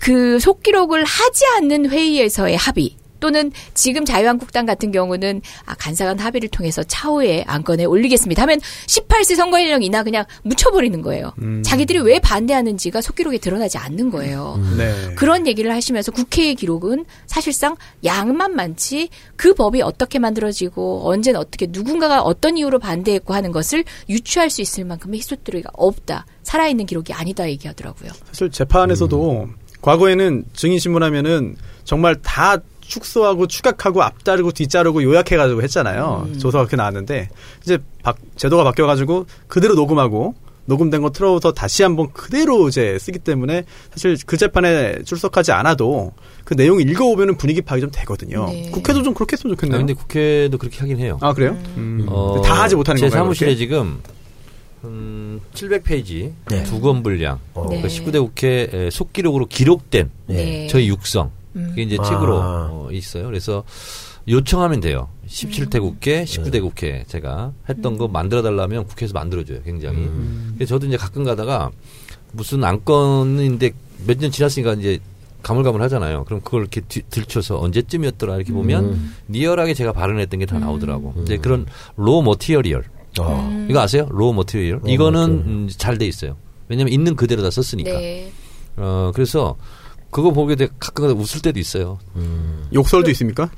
그 속기록을 하지 않는 회의에서의 합의 또는 지금 자유한국당 같은 경우는 아, 간사간 합의를 통해서 차후에 안건에 올리겠습니다 하면 18세 선거연령이나 그냥 묻혀버리는 거예요. 자기들이 왜 반대하는지가 속기록에 드러나지 않는 거예요.
네.
그런 얘기를 하시면서 국회의 기록은 사실상 양만 많지 그 법이 어떻게 만들어지고 언젠 어떻게 누군가가 어떤 이유로 반대했고 하는 것을 유추할 수 있을 만큼의 히스토리가 없다. 살아있는 기록이 아니다 얘기하더라고요.
사실 재판에서도
음.
과거에는 증인 신문하면은 정말 다 축소하고 추각하고 앞자르고 뒷자르고 요약해가지고 했잖아요. 조서가 그렇게 나왔는데 이제 바- 제도가 바뀌어가지고 그대로 녹음하고 녹음된 거 틀어서 다시 한번 그대로 이제 쓰기 때문에 사실 그 재판에 출석하지 않아도 그 내용 읽어오면은 분위기 파악이 좀 되거든요.
네.
국회도 좀 그렇게 했으면
아,
좋겠네요.
근데 국회도 그렇게 하긴 해요. 어,
아 그래요? 음. 다 하지 못하는
제
건가요?
사무실에
그렇게?
지금 음, 700페이지
네.
두 권 분량
어.
네.
그러니까 19대 국회 에, 속기록으로 기록된
예.
네.
저희 육성 그게 이제 책으로
아.
어, 있어요. 그래서 요청하면 돼요. 17대 국회, 19대 국회 제가 했던 거 만들어 달라면 국회에서 만들어줘요. 굉장히. 그래서 저도 이제 가끔 가다가 무슨 안건인데 몇 년 지났으니까 이제 가물가물하잖아요. 그럼 그걸 이렇게 뒤- 들춰서 언제쯤이었더라 이렇게 보면 리얼하게 제가 발언했던 게 다 나오더라고. 이제 그런 로 머티리얼
음.
어.
이거 아세요? 로우 머티리얼.
로우 머티리얼.
이거는 음, 잘 돼 있어요. 왜냐면 있는 그대로 다 썼으니까.
네.
어, 그래서 그거 보게 돼 가끔 웃을 때도 있어요.
음.
욕설도 있습니까?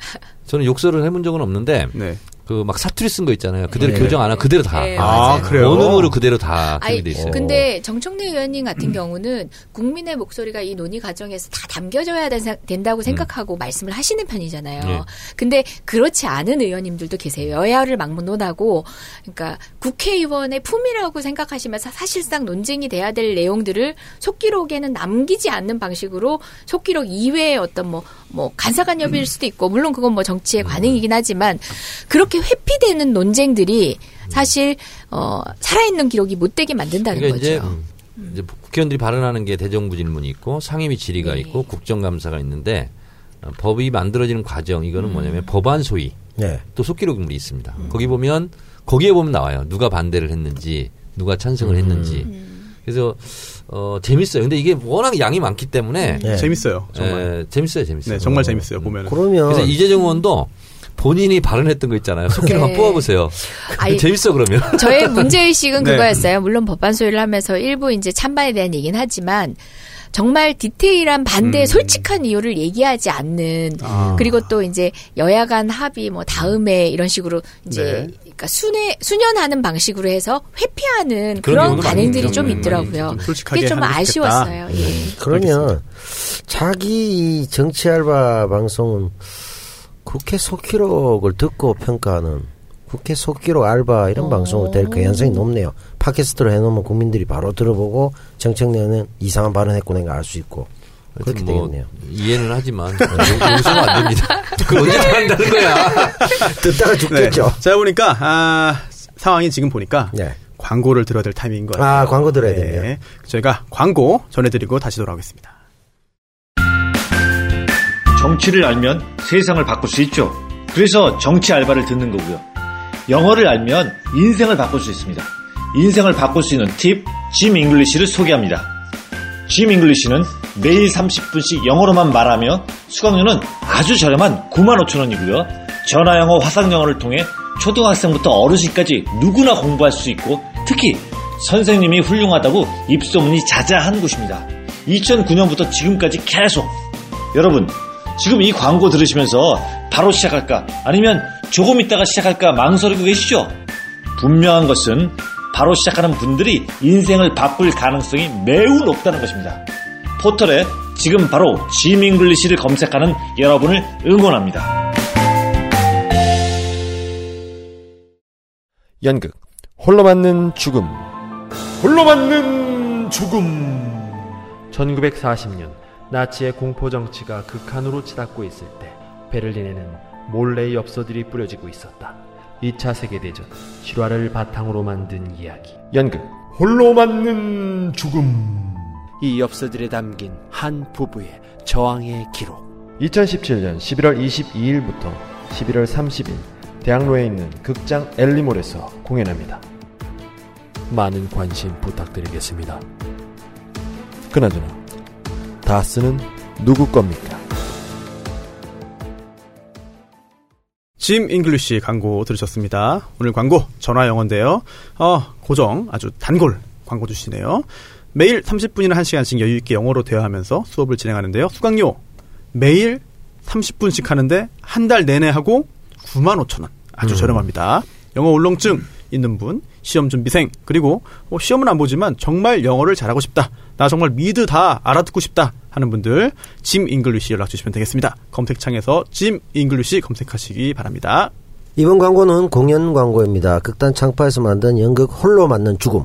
저는 욕설을 해본 적은 없는데
네.
그 막 사투리 쓴 거 있잖아요. 그대로
네.
교정 안 하고 그대로 다.
네,
아, 그래요?
원음으로 그대로 다 그렇게
아니,
돼 있어요.
근데 정청래 의원님 같은 경우는 국민의 목소리가 이 논의 과정에서 다 담겨져야 된, 사- 된다고 생각하고 말씀을 하시는 편이잖아요.
음. 예.
근데 그렇지 않은 의원님들도 계세요. 여야를 막론하고, 그러니까 국회의원의 품이라고 생각하시면서 사실상 논쟁이 돼야 될 내용들을 속기록에는 남기지 않는 방식으로 속기록 이외의 어떤 뭐, 뭐, 간사간 협의일
음.
수도 있고, 물론 그건 뭐 정치의 관행이긴 하지만 그렇게 회피되는 논쟁들이 사실 어, 살아있는 기록이 못되게 만든다는
그러니까 이제,
거죠.
이제 국회의원들이 발언하는 게 대정부 질문이 있고 상임위 질의가
네.
있고 국정감사가 있는데 어, 법이 만들어지는 과정 이거는 뭐냐면
음.
법안 소위
예.
또 속기록물이 있습니다. 거기 보면 거기에 보면 나와요. 누가 반대를 했는지 누가 찬성을
음.
했는지. 그래서 어 재밌어요. 근데 이게 워낙 양이 많기 때문에
네.
예.
재밌어요. 정말.
에, 재밌어요, 재밌어요.
네, 정말
네. 어.
재밌어요. 보면은.
그러면
그래서 이재정 의원도 본인이 발언했던 거 있잖아요. 속기록만
네.
뽑아보세요.
아이,
재밌어 그러면.
저의 문제의식은
네.
그거였어요. 물론 법안 소위를 하면서 일부 이제 찬반에 대한 얘기는 하지만 정말 디테일한 반대의
음.
솔직한 이유를 얘기하지 않는
아.
그리고 또 이제 여야 간 합의 뭐 다음에 이런 식으로 이제
네.
그러니까 순회 순연하는 방식으로 해서
그런
회피하는 그런
경우도
관행들이
많이
좀
있죠.
있더라고요.
좀 솔직하게
그게 좀
하는 게
아쉬웠어요.
네.
예.
그러면 자기 이 정치 알바 방송은 국회 속기록을 듣고 평가하는 국회 속기록 알바 이런 방송으로 될 가능성이 높네요. 팟캐스트로 해놓으면 국민들이 바로 들어보고 정책내는 이상한 발언했구나 알 수 있고 그렇게
하여튼 뭐
되겠네요.
이해는 하지만 어, 용- 용서가 안 됩니다. 그걸 언제 다 한다는 거야.
듣다가 죽겠죠.
제가 네. 보니까 아, 상황이 지금 보니까
그렇죠. 네.
광고를 들어야 될 타이밍인 것 같아요.
아 광고 들어야
네.
되네요.
저희가 광고 전해드리고 다시 돌아오겠습니다.
정치를 알면 세상을 바꿀 수 있죠. 그래서 정치 알바를 듣는 거고요. 영어를 알면 인생을 바꿀 수 있습니다. 인생을 바꿀 수 있는 팁, 짐 잉글리시를 소개합니다. 짐 잉글리시는 매일 30분씩 영어로만 말하며 수강료는 아주 저렴한 95,000원이고요. 전화영어, 화상영어를 통해 초등학생부터 어르신까지 누구나 공부할 수 있고 특히 선생님이 훌륭하다고 입소문이 자자한 곳입니다. 2009년부터 지금까지 계속 여러분 지금 이 광고 들으시면서 바로 시작할까 아니면 조금 있다가 시작할까 망설이고 계시죠? 분명한 것은 바로 시작하는 분들이 인생을 바꿀 가능성이 매우 높다는 것입니다. 포털에 지금 바로 지민글리시를 검색하는 여러분을 응원합니다.
연극 홀로 맞는 죽음
홀로 맞는 죽음
1940년 나치의 공포 정치가 극한으로 치닫고 있을 때 베를린에는 몰래 엽서들이 뿌려지고 있었다. 2차 세계대전 실화를 바탕으로 만든 이야기.
연극
홀로 맞는 죽음
이 엽서들에 담긴 한 부부의 저항의 기록
2017년 11월 22일부터 11월 30일 대학로에 있는 극장 엘리몰에서 공연합니다.
많은 관심 부탁드리겠습니다.
그나저나 다스는 누구 겁니까?
짐 잉글리시 광고 들으셨습니다. 오늘 광고 전화 영어인데요. 어, 고정 아주 단골 광고 주시네요. 매일 30분이나 1시간씩 여유 있게 영어로 대화하면서 수업을 진행하는데요. 수강료 매일 30분씩 하는데 한 달 내내 하고 95,000원. 아주 저렴합니다. 영어 울렁증 있는 분, 시험 준비생, 그리고 뭐 시험은 안 보지만 정말 영어를 잘하고 싶다. 나 정말 미드 다 알아듣고 싶다 하는 분들 짐 잉글리시 연락 주시면 되겠습니다. 검색창에서 짐 잉글리시 검색하시기 바랍니다.
이번 광고는 공연 광고입니다. 극단 창파에서 만든 연극 홀로 맞는 죽음.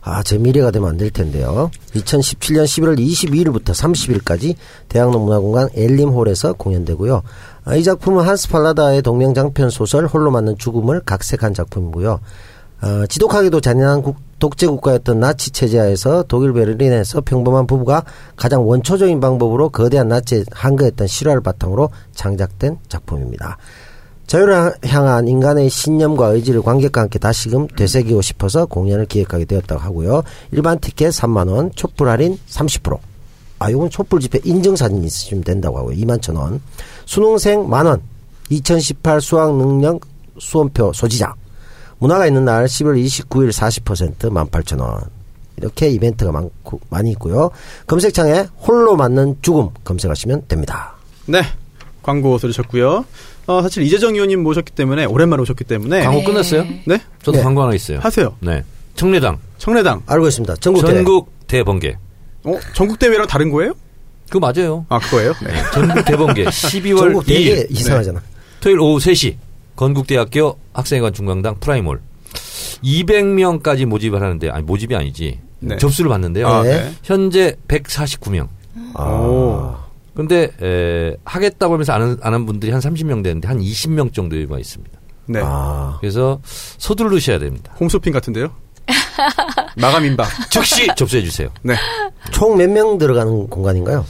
아, 제 미래가 되면 안 될 텐데요. 2017년 11월 22일부터 30일까지 대학로 문화공간 엘림홀에서 공연되고요. 아, 이 작품은 한스 팔라다의 동명 장편 소설 홀로 맞는 죽음을 각색한 작품이고요. 아, 지독하게도 잔인한 국- 독재 국가였던 나치 체제하에서 독일 베를린에서 평범한 부부가 가장 원초적인 방법으로 거대한 나치에 항거했던 실화를 바탕으로 창작된 작품입니다. 자유를 향한 인간의 신념과 의지를 관객과 함께 다시금 되새기고 싶어서 공연을 기획하게 되었다고 하고요. 일반 티켓 3만원, 촛불 할인 30%. 아, 요건 촛불 집회 인증사진 있으시면 된다고 하고요. 2만 천 원. 수능생 만원. 2018 수학능력 수험표 소지자. 문화가 있는 날 11월 29일 40% 18,000원. 이렇게 이벤트가 많고, 많이 있고요. 검색창에 홀로 맞는 죽음 검색하시면 됩니다.
네. 광고 들으셨고요. 어, 사실 이재정 의원님 모셨기 때문에 오랜만에 오셨기 때문에
광고 끝났어요?
네.
저도
네.
광고 하나 있어요.
하세요.
네. 청래당
청래당.
알고 있습니다. 전국 대회.
전국 대번개.
어, 전국 대회랑 다른 거예요?
그거 맞아요.
아, 그거예요? 네.
전국 대번개 12월
전국 대회
2일
이상하잖아.
토요일 오후 3시 건국대학교 학생회관 중앙당 프라이몰 200명까지 모집을 하는데 아니 모집이 아니지
네.
접수를 받는데요.
아, 네.
현재 149명.
아,
오.
근데 에, 하겠다고 하면서 안한 안한 분들이 한 30명 되는데 한 20명 정도가 있습니다.
네.
아.
그래서 서두르셔야 됩니다.
홈쇼핑 같은데요? 마감 임박.
즉시 접수해 주세요.
네.
총 몇 명 들어가는 공간인가요?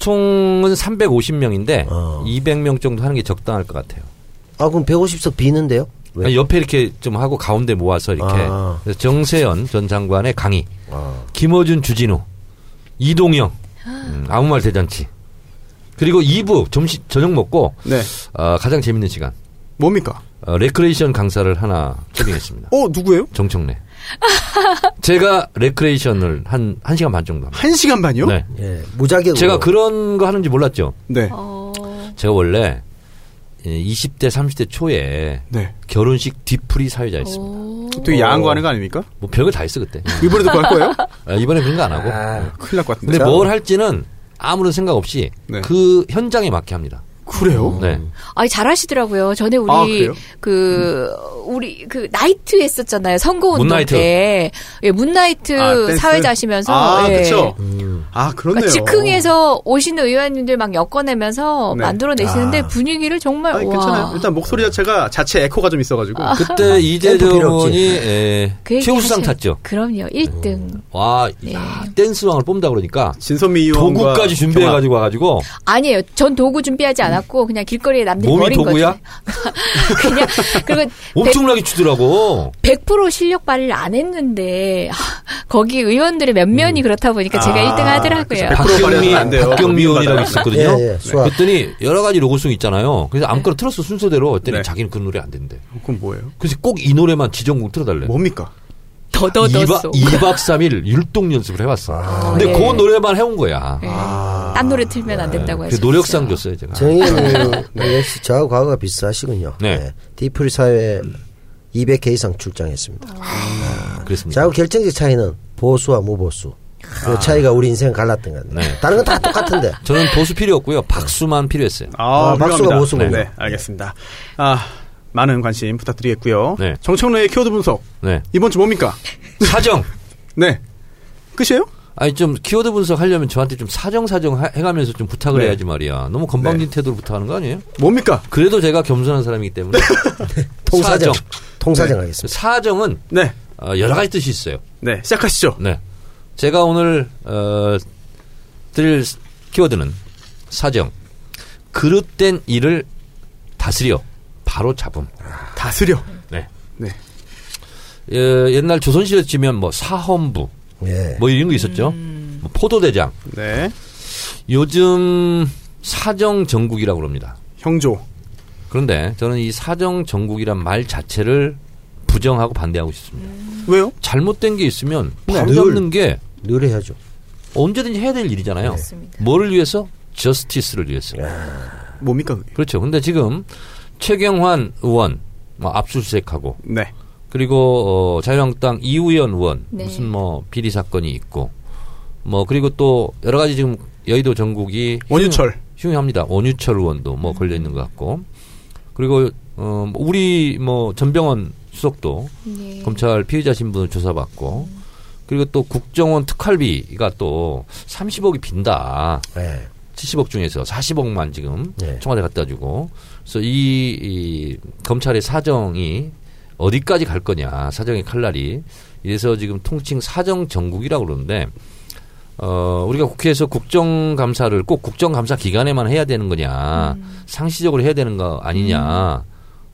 총은 350명인데
어.
200명 정도 하는 게 적당할 것 같아요.
아, 그럼 150석 비는데요? 왜?
아니, 옆에 이렇게 좀 하고 가운데 모아서 이렇게
아.
그래서 정세현 전 장관의 강의,
아.
김어준 주진우, 이동영 음, 아무 말 대잔치. 그리고 2부 점심 저녁 먹고
네.
어, 가장 재밌는 시간
뭡니까?
어, 레크레이션 강사를 하나 초빙했습니다.
어, 누구예요?
정청래. 제가 레크레이션을 한 1시간 반 정도 합니다.
한 시간 반이요?
네.
예, 무자격으로.
제가 그런 거 하는지 몰랐죠.
네.
어,
제가 원래 이 20대, 30대 초에
네.
결혼식 뒤풀이 사회자였습니다.
오.
되게 야한 거 하는 거 아닙니까?
뭐 별걸 다 했어, 그때.
이번에도 그거 할 거예요?
아, 이번에 그런 거 안 하고.
아,
큰일 날 것 같은데.
네. 근데 뭘 할지는 아무런 생각 없이
네. 음.
그 현장에 맞게 합니다.
그래요?
네.
아, 잘하시더라고요. 전에
아,
우리
그래요? 음.
그 우리 그 나이트 했었잖아요. 선거 운동
문나이트.
때. 예, 문나이트
아, 댄스?
사회자시면서
아,
예.
그쵸.
음.
아, 그렇네요.
그러니까 즉흥에서 오시는 의원님들 막 엮어내면서
네.
만들어내시는데 분위기를 정말
아니,
와. 아.
괜찮아요. 일단 목소리 자체가 자체 에코가 좀 있어가지고.
그때 이재정
필요 없지.
의원이 에,
그 네. 얘기
최우수상
하시-
탔죠.
그럼요. 1등.
와, 야, 댄스왕을 뽑는다 그러니까
진선미 의원과
도구까지 준비해가지고 와가지고
아니에요. 전 도구 준비하지 않았고 그냥 길거리에 남들이
몸이
버린
도구야?
거죠. 그냥 그리고 네.
엄청나게 주더라고.
100% 실력 발휘를 안 했는데 거기 의원들의 몇 면이 그렇다 보니까 제가
아,
1등 하더라고요.
그래서 100% 발효는 안 돼요.
박경미 의원이라고
민받아요.
있었거든요.
예, 예, 수학.
그랬더니 여러 가지 로고송 있잖아요. 그래서 아무거나 틀었어 순서대로. 그랬더니
예. 네.
자기는 그 노래 안 된대.
그건 뭐예요?
그래서 꼭 이 노래만 지정곡 틀어달래.
뭡니까?
더더더쏘.
2박 3일 율동 연습을 해봤어.
아,
근데
예.
그 노래만 해온 거야.
예. 딴 노래 틀면 안 된다고
아. 그
해서.
노력상 줬어요 제가.
정의는 뭐 역시 저하고 과거가 비슷하시군요. 예,
네.
디프리 사회 200회 이상 출장했습니다.
그랬습니다.
저하고 결정적 차이는 보수와 무보수. 그 차이가 우리 인생 갈랐던 건데.
아. 네.
다른 건 다 똑같은데.
저는 보수 필요 없고요. 박수만 필요했어요.
아, 박수가
훌륭합니다.
모습을.
네, 알겠습니다. 아, 많은 관심 부탁드리겠고요.
네.
정청래의 키워드 분석.
네.
이번 주 뭡니까?
사정.
네. 끝이에요?
아니 좀 키워드 분석 하려면 저한테 좀 사정 사정 하- 해가면서 좀 부탁을
네.
해야지 말이야. 너무 건방진 태도로 부탁하는 거 아니에요?
뭡니까?
그래도 제가 겸손한 사람이기 때문에
통사정.
사정.
통사정
네.
하겠습니다.
사정은
네.
어, 여러 가지 뜻이 있어요.
네, 시작하시죠.
네. 제가 오늘 어, 드릴 키워드는 사정. 그릇된 일을 다스려 바로 잡음.
다스려.
네.
네.
예, 옛날 조선시대 치면 뭐 사헌부
예.
뭐 이런 거 있었죠. 뭐 포도대장.
네.
요즘 사정 전국이라고 그럽니다.
형조.
그런데 저는 이 사정 전국이란 말 자체를 부정하고 반대하고 싶습니다.
왜요?
잘못된 게 있으면
네.
바로
늘.
잡는 게
늘 해야죠.
언제든지 해야 될 일이잖아요.
네.
맞습니다.
뭐를 위해서? 저스티스를 위해서.
네. 뭡니까? 그게?
그렇죠. 근데 지금 최경환 의원 뭐 압수수색하고
네.
그리고 어, 자유한국당 이우현 의원
네.
무슨 뭐 비리 사건이 있고 뭐 그리고 또 여러 가지 지금 여의도 전국이
원유철.
흉- 흉흉합니다. 원유철 의원도
음.
뭐 걸려 있는 것 같고 그리고 어뭐 우리 뭐 전병헌 수석도
예. 음.
검찰 피의자 신분을 조사받고 그리고 또 국정원 특활비가 또 30억이 빈다.
예.
70억 중에서 40억만 지금
네.
청와대 갖다 주고 그래서 이, 이 검찰의 사정이 어디까지 갈 거냐 사정의 칼날이 이래서 지금 통칭 사정 전국이라고 그러는데 어 우리가 국회에서 국정감사를 꼭 국정감사 기간에만 해야 되는 거냐 상시적으로 해야 되는 거 아니냐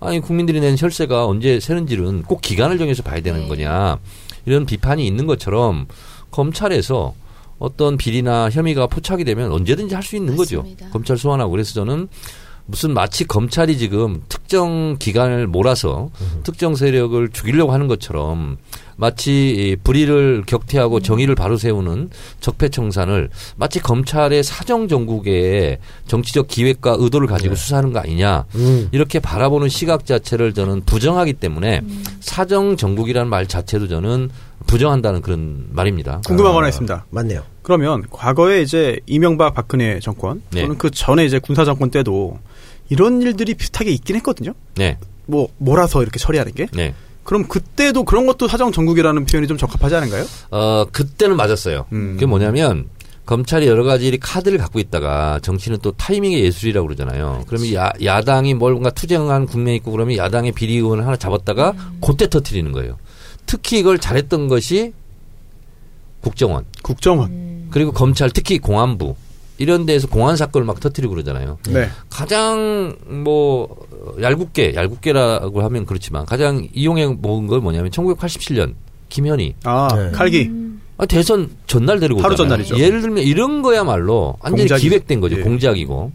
아니 국민들이 낸 혈세가 언제 새는지는 꼭 기간을 정해서 봐야 되는
네.
거냐 이런 비판이 있는 것처럼 검찰에서 어떤 비리나 혐의가 포착이 되면 언제든지 할 수 있는
맞습니다.
거죠. 검찰 소환하고 그래서 저는 무슨 마치 검찰이 지금 특정 기관을 몰아서 특정 세력을 죽이려고 하는 것처럼 마치 이 불의를
음.
격퇴하고 정의를 바로 세우는 적폐청산을 마치 검찰의 사정 정국의 정치적 기획과 의도를 가지고 수사하는 거 아니냐
음.
이렇게 바라보는 시각 자체를 저는 부정하기 때문에
음.
사정 정국이라는 말 자체도 저는 부정한다는 그런 말입니다.
궁금한 거 하나 있습니다.
맞네요.
그러면 과거에 이제 이명박 박근혜 정권
네.
또는 그 전에 이제 군사 정권 때도 이런 일들이 비슷하게 있긴 했거든요.
네,
뭐 몰아서 이렇게 처리하는 게.
네.
그럼 그때도 그런 것도 사정 전국이라는 표현이 좀 적합하지 않은가요?
어, 그때는 맞았어요.
음.
그게 뭐냐면 검찰이 여러 가지 이 카드를 갖고 있다가 정치는 또 타이밍의 예술이라고 그러잖아요. 그러면 야, 야당이 뭘 뭔가 투쟁한 국면 있고 그러면 야당의 비리 의원을 하나 잡았다가 그때 터트리는 거예요. 특히 이걸 잘했던 것이 국정원
국정원.
그리고 검찰 특히 공안부 이런 데에서 공안 사건을 막 터트리고 그러잖아요.
네.
가장 뭐 어, 얄궂게 얄궂게라고 하면 그렇지만 가장 이용해 먹은 건 뭐냐면 1987년 김현희
아,
네.
칼기.
아, 대선 전날 데리고
하루
오잖아요.
전날이죠.
예를 들면 이런 거야말로 완전히
공작이-
기획된 거죠.
예.
공작이고.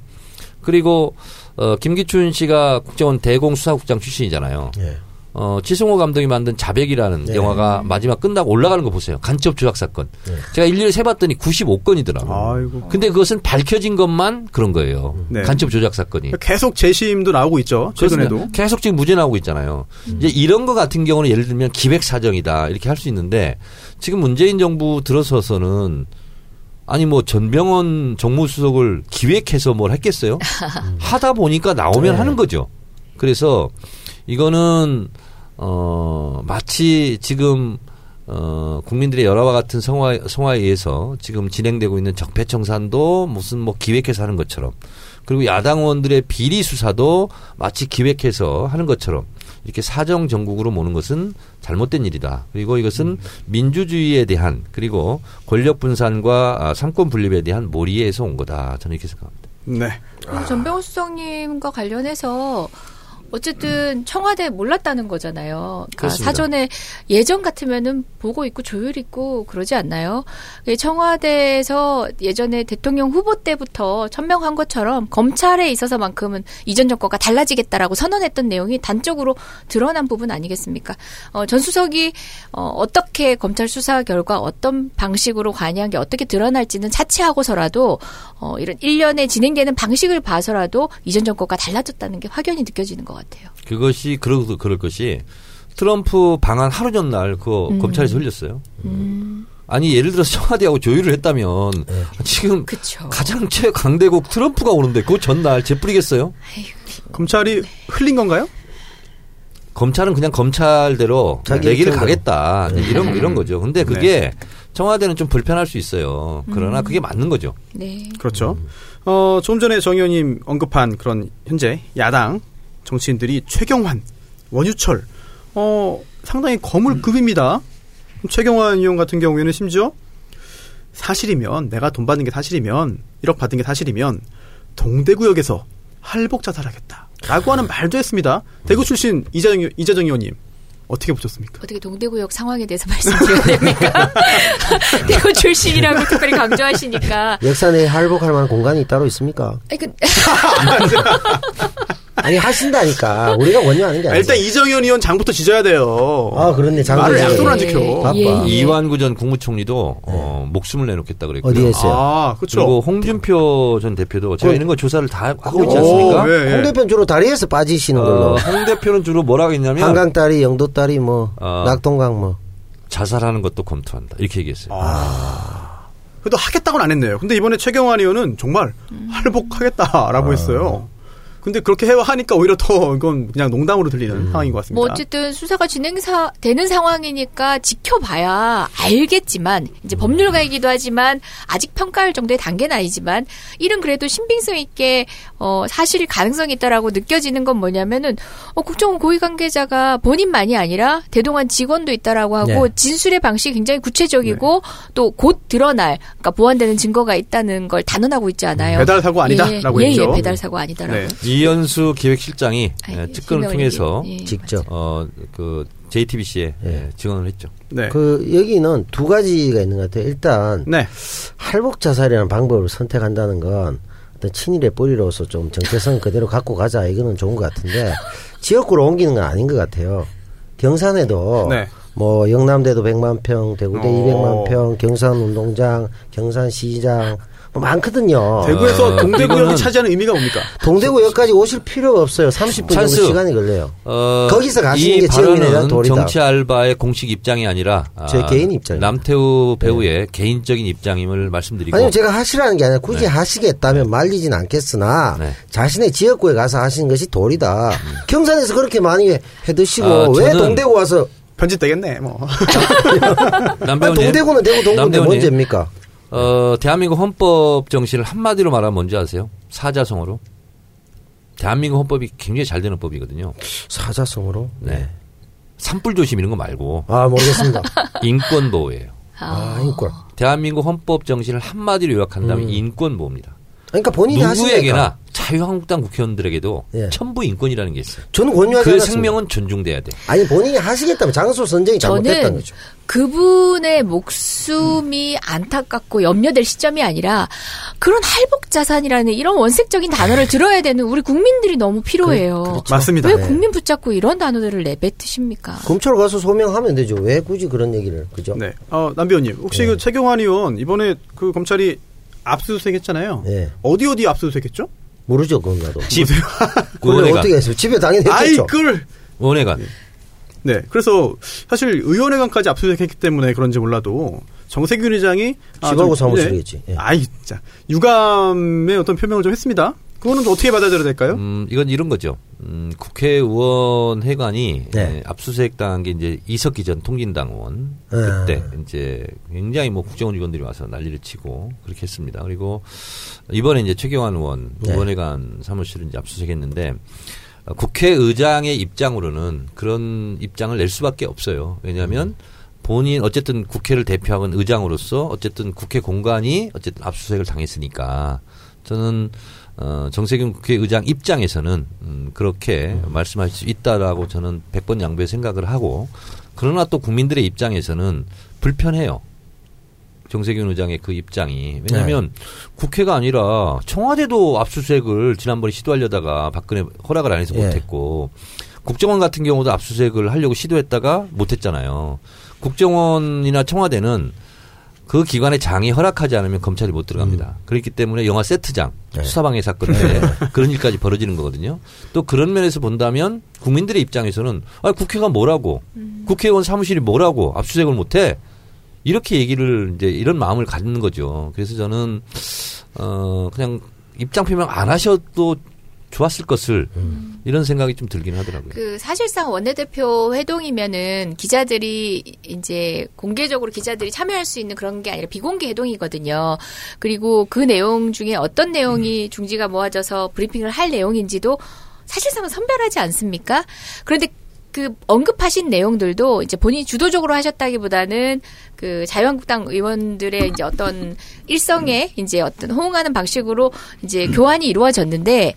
그리고 어, 김기춘 씨가 국정원 대공수사국장 출신이잖아요.
예.
어, 지승호 감독이 만든 자백이라는
네.
영화가 마지막 끝나고 올라가는 거 보세요. 간첩 조작 사건. 제가 일일이 세봤더니 95건이더라고요.
네. 아이고.
근데 그것은 밝혀진 것만 그런 거예요.
네.
간첩 조작 사건이.
계속 재심도 나오고 있죠. 최근에도. 음.
그렇습니다. 계속 지금 무죄 나오고 있잖아요. 이제 이런 거 같은 경우는 예를 들면 기획 사정이다 이렇게 할 수 있는데 지금 문재인 정부 들어서서는 아니 뭐 전병헌 정무수석을 기획해서 뭘 했겠어요? 하다 보니까
네.
나오면 하는 거죠. 그래서 이거는 어 마치 지금 어 국민들의 열화와 같은 성화 성화에 의해서 지금 진행되고 있는 적폐청산도 무슨 뭐 기획해서 하는 것처럼 그리고 야당 의원들의 비리 수사도 마치 기획해서 하는 것처럼 이렇게 사정 정국으로 모는 것은 잘못된 일이다. 그리고 이것은 민주주의에 대한 그리고 권력 분산과 아, 삼권 분립에 대한 몰이에서 온 거다. 저는 이렇게 생각합니다.
네.
그리고 전병호 수석님과 관련해서 어쨌든 청와대 몰랐다는 거잖아요. 그러니까
그렇습니다.
사전에 예전 같으면은 보고 있고 조율 있고 그러지 않나요? 예, 청와대에서 예전에 대통령 후보 때부터 천명한 것처럼 검찰에 있어서만큼은 이전 정권과 달라지겠다라고 선언했던 내용이 단적으로 드러난 부분 아니겠습니까? 어, 전 수석이 어, 어떻게 검찰 수사 결과 어떤 방식으로 관여한 게 어떻게 드러날지는 차치하고서라도 어, 이런 일련에 진행되는 방식을 봐서라도 이전 정권과 달라졌다는 게 확연히 느껴지는 것 같아요.
그것이 그러, 그럴 것이 트럼프 방한 하루 전날 그
음.
검찰에서 흘렸어요. 아니 예를 들어서 청와대하고 조율을 했다면
네.
지금
그쵸.
가장 최강대국 트럼프가 오는데 그 전날 재뿌리겠어요?
검찰이 흘린 건가요?
검찰은 그냥 검찰대로
자기
내기를
입장대로. 네.
가겠다 이제 이런 이런 거죠. 근데 그게 청와대는 좀 불편할 수 있어요.
음.
그러나 그게 맞는 거죠.
네.
그렇죠. 어, 좀 전에 정 의원님 언급한 그런 현재 야당 정치인들이 최경환, 원유철, 어, 상당히 거물급입니다. 최경환 의원 같은 경우에는 심지어 사실이면 내가 돈 받는 게 사실이면 1억 받은 게 사실이면 동대구역에서 할복 자살하겠다라고 하는 말도 했습니다. 대구 출신 이재정, 이재정 의원님 어떻게 보셨습니까?
어떻게 동대구역 상황에 대해서 말씀드려야 됩니까? 대구 출신이라고 특별히 강조하시니까.
역사 내에 할복할 만한 공간이 따로 있습니까?
아니, 아, 그,
아니 하신다니까 우리가 원유하는 게
아,
아니야.
일단 이정현 의원 장부터 지져야 돼요.
네. 아 그렇네 장군.
뭐. 말을 약속을 안
예,
지켜.
바빠.
예, 예.
이완구 전 국무총리도 어, 목숨을 내놓겠다 그랬고요.
네. 어디에 있어요?
아, 그렇죠.
그리고 홍준표 전 대표도
그
제가 이런 거 조사를 다
어,
하고 있지
오,
않습니까?
예, 예.
홍 대표 주로 다리에서 빠지시는 걸로.
어,
아.
홍 대표는 주로 뭐라고 했냐면
한강 다리, 영도 다리, 뭐
아.
어.
낙동강 뭐.
자살하는 것도 검토한다 이렇게 얘기했어요.
그래도 하겠다고는 안 했네요. 근데 이번에 최경환 의원은 정말
음.
할복하겠다라고 했어요. 근데 그렇게 해 하니까 오히려 더 이건 그냥 농담으로 들리는 상황인 것 같습니다.
뭐 어쨌든 수사가 진행되는 상황이니까 지켜봐야 알겠지만 이제 법률가이기도 하지만 아직 평가할 정도의 단계는 아니지만 이런 그래도 신빙성 있게 어 사실 가능성이 있다라고 느껴지는 건 뭐냐면은 어 국정원 고위 관계자가 본인만이 아니라 대동한 직원도 있다라고 하고
네.
진술의 방식이 굉장히 구체적이고 또 곧 드러날 그러니까 보완되는 증거가 있다는 걸 단언하고 있지 않아요.
배달 사고 아니다라고
예, 예,
했죠.
예, 배달 사고 아니다라고.
네.
이현수 기획실장이
아이,
예, 측근을
설명을
통해서
얘기- 예,
직접.
어그 JTBC에
예.
예, 증언을 했죠.
네.
그 여기는 두 가지가 있는 것 같아요. 일단
네.
할복 자살이라는 방법을 선택한다는 건 어떤 친일의 뿌리로서 좀 정체성 그대로 갖고 가자 이거는 좋은 것 같은데 지역구로 옮기는 건 아닌 것 같아요. 경산에도
네. 어.
뭐 영남대도 100만 평, 대구대
오.
200만 평, 경산 운동장, 경산 시장 뭐 많거든요.
대구에서
어,
동대구역이
이거는-
차지하는 의미가 뭡니까?
동대구역까지 오실 필요가 없어요. 30분 정도
찬스.
시간이 걸려요.
어,
거기서 가시는
이
게 지역민에 대한
발언은
도리다.
정치 알바의 공식 입장이 아니라 아,
제 개인 입장이에요.
남태우 배우의 개인적인 입장임을 말씀드리고
아니면 제가 하시라는 게 아니라 굳이 하시겠다면 말리진 않겠으나
네. 음.
자신의 지역구에 가서 하시는 것이 도리다. 경산에서 그렇게 많이 해- 해드시고
아,
왜
저는-
동대구 와서
편집되겠네. 뭐.
아,
남배우님
동대구는 대구 동구인데
남대원님,
뭔 죄입니까?
어, 대한민국 헌법 정신을 한마디로 말하면 뭔지 아세요? 사자성어로. 대한민국 헌법이 굉장히 잘 되는 법이거든요.
사자성으로?
네. 산불 조심 이런 거 말고
아 모르겠습니다.
인권 보호예요.
아 인권.
대한민국 헌법 정신을 한마디로 요약한다면 인권 보호입니다.
그러니까 음. 본인이 하시니까
누구에게나 자유한국당 국회의원들에게도
예.
천부 인권이라는 게 있어요.
저는 권유하지
그
않았습니다.
생명은 존중돼야 돼.
아니 본인이 하시겠다면 장소 선정이 잘못됐다는
저는
거죠.
그분의 목숨이 안타깝고 염려될 시점이 아니라 그런 할복 자산이라는 이런 원색적인 단어를 들어야 되는 우리 국민들이 너무 필요해요.
맞습니다.
왜
네.
국민 붙잡고 이런 단어들을 내뱉으십니까?
검찰 가서 소명하면 되죠. 왜 굳이 그런 얘기를 그죠?
네. 어, 남비원님 혹시 그 최경환 의원 이번에 그 검찰이 압수수색했잖아요.
네.
어디 어디 압수수색했죠?
모르죠 그건 나도.
집.
그걸
원회관.
어떻게 예. 했어요? 집에 당연히
아이
했겠죠.
그
글.
원회관.
네. 그래서 사실 의원회관까지 압수수색했기 때문에 그런지 몰라도 정세균 의장이 아,
집하고
좀-
사무실이겠지. 예.
아이 진짜 유감의 어떤 표명을 좀 했습니다. 그거는 또 어떻게 받아들여야 될까요?
음, 이건 이런 거죠. 음, 국회의원 회관이
네.
예, 압수수색 당한 게 이제 이석기 전 통진당 의원
아.
그때 이제 굉장히 뭐 국정원 직원들이 와서 난리를 치고 그렇게 했습니다. 그리고 이번에 이제 최경환 의원
네.
의원회관 사무실을 이제 압수수색했는데 어, 국회의장의 입장으로는 그런 입장을 낼 수밖에 없어요. 왜냐하면 본인 어쨌든 국회를 대표하는 의장으로서 어쨌든 국회 공간이 어쨌든 압수수색을 당했으니까 저는 어, 정세균 국회의장 입장에서는 음, 그렇게 말씀할 수 있다라고 저는 100번 양보의 생각을 하고 그러나 또 국민들의 입장에서는 불편해요. 정세균 의장의 그 입장이 왜냐하면 국회가 아니라 청와대도 압수수색을 지난번에 시도하려다가 박근혜 허락을 안 해서
예.
못했고 국정원 같은 경우도 압수수색을 하려고 시도했다가 못했잖아요. 국정원이나 청와대는 그 기관의 장이 허락하지 않으면 검찰이 못 들어갑니다. 그렇기 때문에 영화 세트장
음. 네.
수사방해 사건 때 그런 일까지 벌어지는 거거든요. 또 그런 면에서 본다면 국민들의 입장에서는 아 국회가 뭐라고 국회의원 사무실이 뭐라고 압수수색을 못해 이렇게 얘기를 이제 이런 마음을 갖는 거죠. 그래서 저는 어 그냥 입장 표명 안 하셔도 좋았을 것을 이런 생각이 좀 들긴 하더라고요.
음. 그 사실상 원내대표 회동이면은 기자들이 이제 공개적으로 기자들이 참여할 수 있는 그런 게 아니라 비공개 회동이거든요. 그리고 그 내용 중에 어떤 내용이
음.
중지가 모아져서 브리핑을 할 내용인지도 사실상은 선별하지 않습니까? 그런데 그 언급하신 내용들도 이제 본인이 주도적으로 하셨다기보다는 그 자유한국당 의원들의 이제 어떤 일성에
음.
이제 어떤 호응하는 방식으로 이제 교환이 이루어졌는데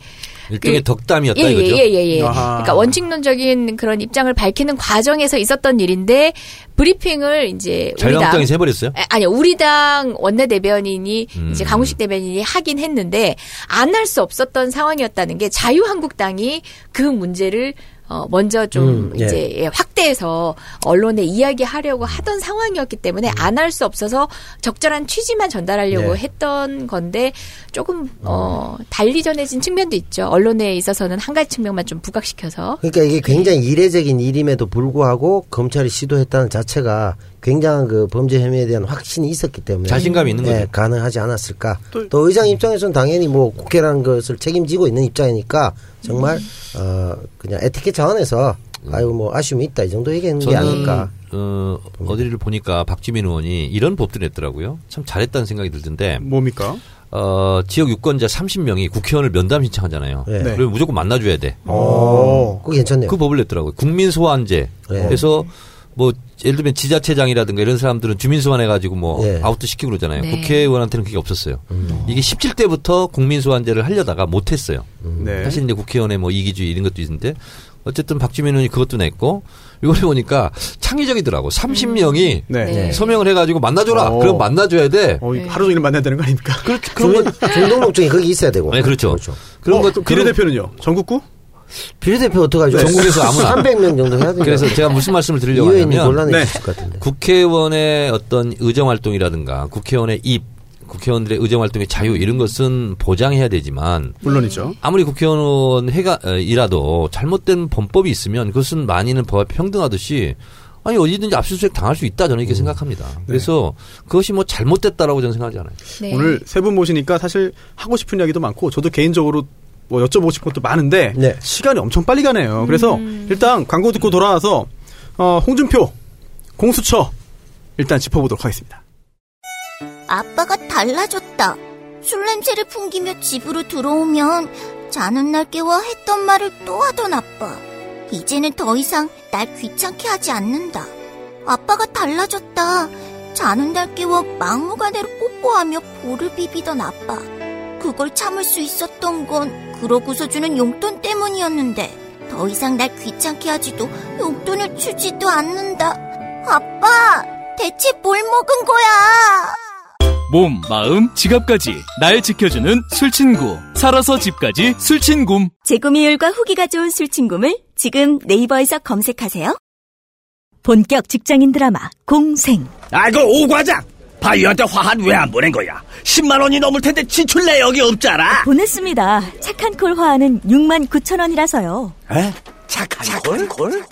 일종의
그-
덕담이었다
예,
이거죠.
예, 예, 예, 예.
아하.
그러니까 원칙론적인 그런 입장을 밝히는 과정에서 있었던 일인데 브리핑을 이제 우리 당
자유한국당이 해버렸어요.
아, 아니요 우리 당 원내 대변인이
음.
이제 강우식 대변인이 하긴 했는데 안 할 수 없었던 상황이었다는 게 자유한국당이 그 문제를 어 먼저
음,
좀
예.
이제 예, 확대해서 언론에 이야기하려고 하던 상황이었기 때문에 안 할 수 없어서 적절한 취지만 전달하려고
예.
했던 건데 조금 어 달리 전해진 측면도 있죠 언론에 있어서는 한 가지 측면만 좀 부각시켜서
그러니까 이게 굉장히 이례적인 일임에도 불구하고 검찰이 시도했다는 자체가 굉장한 그 범죄 혐의에 대한 확신이 있었기 때문에
자신감이 있는
예,
거죠.
가능하지 않았을까.
또-
또, 의장 입장에서는 당연히 뭐 국회라는 것을 책임지고 있는 입장이니까 정말 어 그냥 에티켓 차원에서 아유 뭐 아쉬움이 있다 이 정도 얘기했는 게 아닐까.
어, 어디를 보니까 박주민 의원이 이런 법도 냈더라고요. 참 잘했다는 생각이 들던데
뭡니까?
어, 지역 유권자 30명이 국회의원을 면담 신청하잖아요.
예.
네.
그러면 무조건 만나줘야 돼.
오.
어, 그거 괜찮네요.
어. 그 법을 냈더라고요. 국민 소환제.
네.
그래서 뭐 예를 들면 지자체장이라든가 이런 사람들은 주민 소환해가지고 뭐
네. 음.
아웃도 시키고 그러잖아요.
네.
국회의원한테는 그게 없었어요. 이게 17대부터 국민 소환제를 하려다가 못했어요.
음.
네.
사실 이제 국회의원의 뭐 이기주의 이런 것도 있는데 어쨌든 박주민 의원이 그것도 냈고 이걸 해보니까 창의적이더라고. 30명이
네.
네.
서명을 해가지고 만나줘라.
어.
그럼 만나줘야 돼.
어, 이거 하루 종일 만나야 되는 거 아닙니까?
그렇죠.
중동, 중동독증이 거기 있어야 되고.
네, 그렇죠.
그런
그런
어,
것
그
그런-
비례대표는요? 전국구?
비례대표 어떡하죠?
전국에서 아무나.
300명 정도 해야 되니까.
그래서 제가 무슨 말씀을 드리려고
이외에는
하냐면
곤란해
네.
있을 것 같은데.
국회의원의 어떤 의정 활동이라든가 국회의원의 입, 국회의원들의 의정 활동의 자유 이런 것은 보장해야 되지만
물론이죠.
아무리 국회의원 회가이라도 잘못된 범법이 있으면 그것은 많이는 법에 평등하듯이 아니 어디든지 압수수색 당할 수 있다 저는
음.
이렇게 생각합니다. 그래서 그것이 뭐 잘못됐다라고 저는 생각하지 않아요.
네.
오늘 세 분 모시니까 사실 하고 싶은 이야기도 많고 저도 개인적으로 뭐 여쭤보고 싶은 것도 많은데
네.
시간이 엄청 빨리 가네요. 그래서 일단 광고 듣고 돌아와서 어, 홍준표 공수처 일단 짚어보도록 하겠습니다.
아빠가 달라졌다. 술 냄새를 풍기며 집으로 들어오면 자는 날 깨워 했던 말을 또 하던 아빠. 이제는 더 이상 날 귀찮게 하지 않는다. 아빠가 달라졌다. 자는 날 깨워 막무가내로 뽀뽀하며 볼을 비비던 아빠. 그걸 참을 수 있었던 건 그러고서 주는 용돈 때문이었는데 더 이상 날 귀찮게 하지도 용돈을 주지도 않는다. 아빠, 대체 뭘 먹은 거야?
몸, 마음, 지갑까지 날 지켜주는 술친구. 살아서 집까지 술친구.
재구미율과 후기가 좋은 술친구물 지금 네이버에서 검색하세요.
본격 직장인 드라마 공생
아이고, 오과장! 바이오한테 화한 왜 안 보낸 거야? 10만원이 넘을 텐데 지출 내역이 없잖아!
보냈습니다. 착한 콜 화하는 6만 9천 원이라서요.
에? 착한, 착한 걸?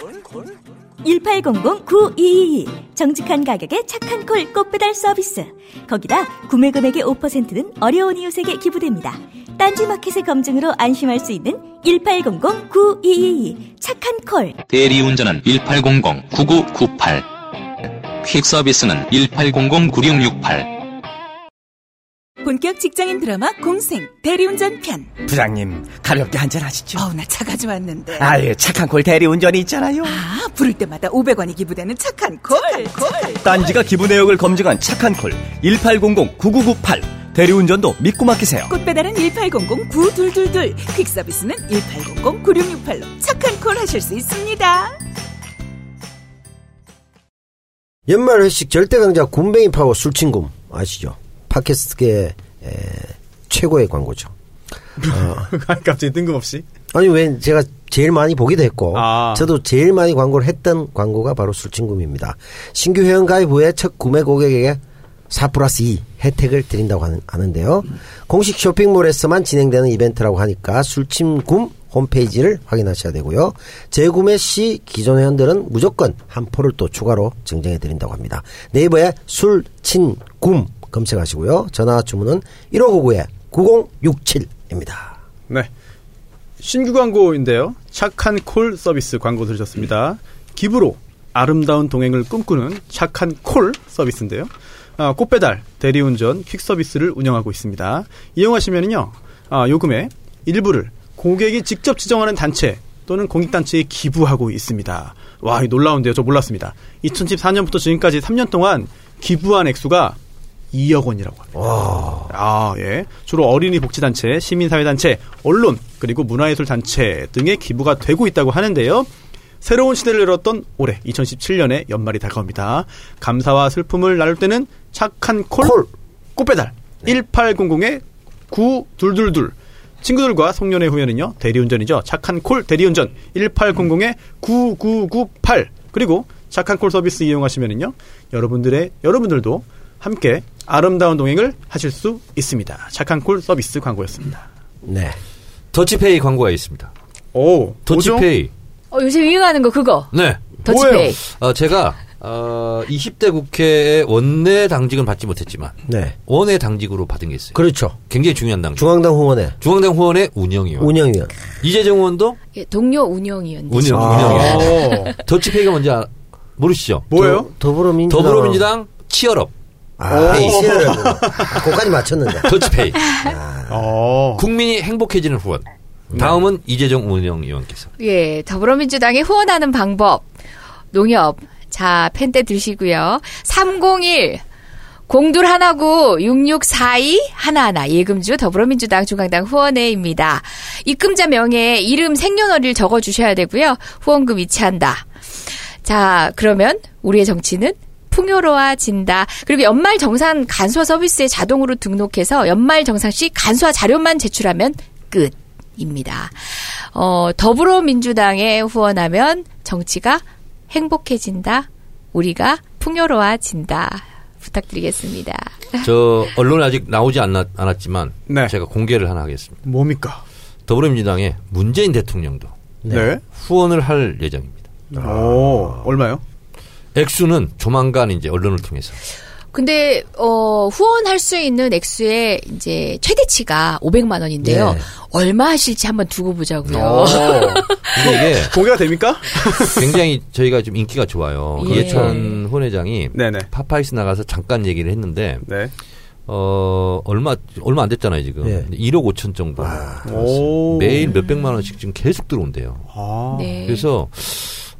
1800-9222 정직한 가격에 착한 콜 꽃배달 서비스 거기다 구매 금액의 5%는 어려운 이웃에게 기부됩니다. 딴지마켓의 검증으로 안심할 수 있는 1800-9222 착한 콜
대리운전은 1800-9998. 퀵서비스는 1800-9668.
본격 직장인 드라마 공생 대리운전 편
부장님, 가볍게 한잔 하시죠.
어우 나차 가져왔는데
아유, 착한 콜 대리운전이 있잖아요.
아 부를 때마다 500원이 기부되는 착한 콜
딴지가 기부 내역을 검증한 착한 콜 1800-9998
대리운전도 믿고 맡기세요.
꽃배달은 1800-9222, 퀵서비스는 1800-9668로 착한 콜 하실 수 있습니다.
연말 회식 절대강자 군뱅이 파워 술친구 아시죠? 팟캐스트계 에, 최고의 광고죠. 어,
갑자기 뜬금없이.
아니 왜 제가 제일 많이 보기도 했고 저도 제일 많이 광고를 했던 광고가 바로 술친구입니다. 신규 회원 가입 후에 첫 구매 고객에게 4 플러스 2 혜택을 드린다고 하는, 하는데요. 공식 쇼핑몰에서만 진행되는 이벤트라고 하니까 술침굼 홈페이지를 확인하셔야 되고요. 재구매 시 기존 회원들은 무조건 한 포를 또 추가로 증정해 드린다고 합니다. 네이버에 술친굼 검색하시고요. 전화 주문은 1599-9067입니다.
네. 신규 광고인데요. 착한 콜 서비스 광고 들으셨습니다. 기부로 아름다운 동행을 꿈꾸는 착한 콜 서비스인데요. 아, 꽃배달, 대리운전, 퀵서비스를 운영하고 있습니다. 이용하시면요, 아, 요금의 일부를 고객이 직접 지정하는 단체 또는 공익단체에 기부하고 있습니다. 와, 이 놀라운데요. 저 몰랐습니다. 2014년부터 지금까지 3년 동안 기부한 액수가 2억 원이라고 합니다. 아, 예. 주로 어린이 복지단체, 시민사회단체, 언론, 그리고 문화예술단체 등의 기부가 되고 있다고 하는데요. 새로운 시대를 열었던 올해 2017년의 연말이 다가옵니다. 감사와 슬픔을 나눌 때는 착한 콜, 꽃배달 1800에 9222 친구들과 송년회 후에는요 대리운전이죠 착한 콜 대리운전 1800에 9998 그리고 착한 콜 서비스 이용하시면은요 여러분들의 여러분들도 함께 아름다운 동행을 하실 수 있습니다 착한 콜 서비스 광고였습니다
네
더치페이 광고가 있습니다.
오
더치페이
어, 요새 유행하는 거 그거.
네.
더치페이. 뭐예요?
어, 제가 어, 20대 국회의 원내 당직은 받지 못했지만
네.
원외 당직으로 받은 게 있어요.
그렇죠.
굉장히 중요한 당직.
중앙당 후원회.
중앙당 후원의 운영위원.
운영위원.
이재정 의원도
예, 동료 운영위원.
운영 아. 운영위원. 더치페이가 뭔지 아- 모르시죠?
뭐예요?
더불어민주당.
더불어민주당 치얼업.
아,
페이.
이시를 고까지 맞췄는데.
더치페이. 아. 국민이 행복해지는 후원. 다음은 이재정 운영위원께서.
예, 더불어민주당에 후원하는 방법. 농협. 자, 펜때 드시고요. 301. 공둘 하나구 6642 하나하나 예금주 더불어민주당 중앙당 후원회입니다. 입금자 명의에 이름 생년월일 적어 주셔야 되고요. 후원금 이체한다. 자, 그러면 우리의 정치는 풍요로워진다. 그리고 연말 정산 간소화 서비스에 자동으로 등록해서 연말 정산 시 간소화 자료만 제출하면 끝입니다. 어, 더불어민주당에 후원하면 정치가 행복해진다. 우리가 풍요로워진다. 부탁드리겠습니다.
저 언론 아직 나오지 않았, 지만 제가 공개를 하나 하겠습니다.
뭡니까?
더불어민주당의 문재인 대통령도
네.
후원을 할 예정입니다.
오, 얼마요?
액수는 조만간 이제 언론을 통해서
근데 어 후원할 수 있는 액수의 이제 최대치가 500만 원인데요.
네.
얼마 하실지 한번 두고 보자고요.
오. 근데 이게
공개가 됩니까?
굉장히 저희가 좀 인기가 좋아요.
예.
이해찬
네.
후원회장이 파파이스 나가서 잠깐 얘기를 했는데 어 얼마 얼마 안 됐잖아요 지금
예.
네.
1억 5천 정도
아. 오.
매일 몇 백만 원씩 지금 계속 들어온대요.
아.
네.
그래서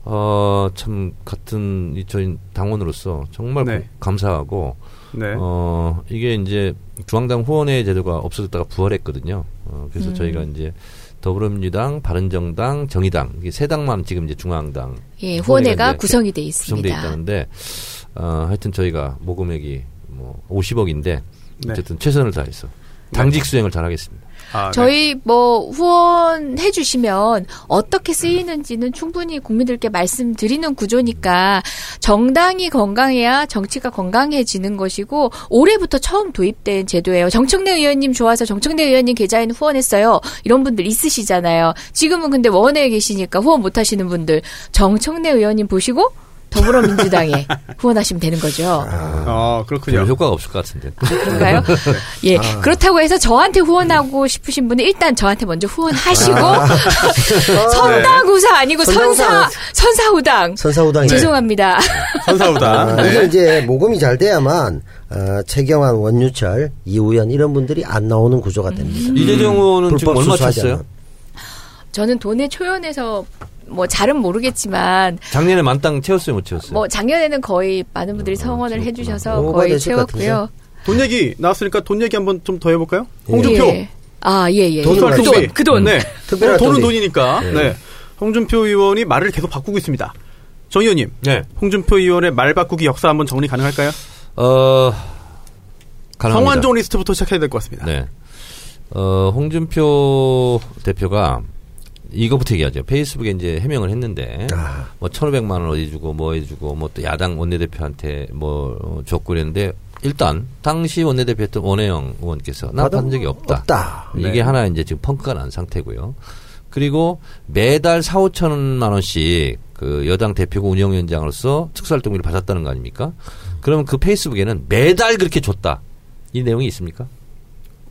어 참 같은 이 저희 당원으로서 정말
네.
고- 감사하고
네.
어 이게 이제 중앙당 후원회 제도가 없어졌다가 부활했거든요. 어, 그래서
음.
저희가 이제 더불어민주당, 바른정당, 정의당 이게 세 당만 지금 이제 중앙당
예, 후원회가
이제
구성이 돼
구성돼
있습니다.
있다는데 어, 하여튼 저희가 모금액이 뭐 50억인데
네.
어쨌든 최선을 다해서 당직
네.
수행을 잘하겠습니다.
아, 네.
저희 뭐 후원해 주시면 어떻게 쓰이는지는 충분히 국민들께 말씀드리는 구조니까 정당이 건강해야 정치가 건강해지는 것이고 올해부터 처음 도입된 제도예요. 정청래 의원님 좋아서 정청래 의원님 계좌에는 후원했어요. 이런 분들 있으시잖아요. 지금은 근데 원에 계시니까 후원 못 하시는 분들 정청래 의원님 보시고 더불어민주당에 후원하시면 되는 거죠.
아, 그렇군요.
효과가 없을 것 같은데.
음,
그런가요? 예.
아.
그렇다고 해서 저한테 후원하고 싶으신 분은 일단 저한테 먼저 후원하시고 선당우사 아니고 선사 선사우당.
선사우당이네.
죄송합니다.
선사우당.
아,
네.
그래서 이제 모금이 잘 돼야만 어, 최경환, 원유철, 이우연 이런 분들이 안 나오는 구조가 됩니다.
음. 이재정 의원은 지금
불법
얼마
수수하지
쳤어요?
않은.
저는 돈에 초연해서 뭐 잘은 모르겠지만
작년에 만땅 채웠어요, 못 채웠어요?
뭐 작년에는 거의 많은 분들이 성원을 해주셔서
오버가
거의
되실 것
채웠고요.
돈 얘기 나왔으니까 돈 얘기 한번 좀 더 해볼까요? 홍준표.
예. 아, 예, 예.
돈을
그 돈, 그 돈.
네.
특별한
돈은
돈이.
돈이니까.
네.
네. 홍준표 의원이 말을 계속 바꾸고 있습니다. 정 의원님.
네.
홍준표 의원의 말 바꾸기 역사 한번 정리 가능할까요?
어, 가능합니다.
성완종 리스트부터 시작해야 될 것 같습니다.
네. 어, 홍준표 대표가 이거부터 얘기하죠. 페이스북에 이제 해명을 했는데, 뭐, 1,500만 원 어디 주고, 뭐 해주고, 뭐 또 야당 원내대표한테 뭐 어, 줬고 그랬는데, 일단, 당시 원내대표였던 원혜영 의원께서 나 받은 적이 없다. 이게
네.
하나 이제 지금 펑크가 난 상태고요. 그리고 매달 4, 5천만 원씩 그 여당 대표고 운영위원장으로서 특수활동비를 받았다는 거 아닙니까? 그러면 그 페이스북에는 매달 그렇게 줬다. 이 내용이 있습니까?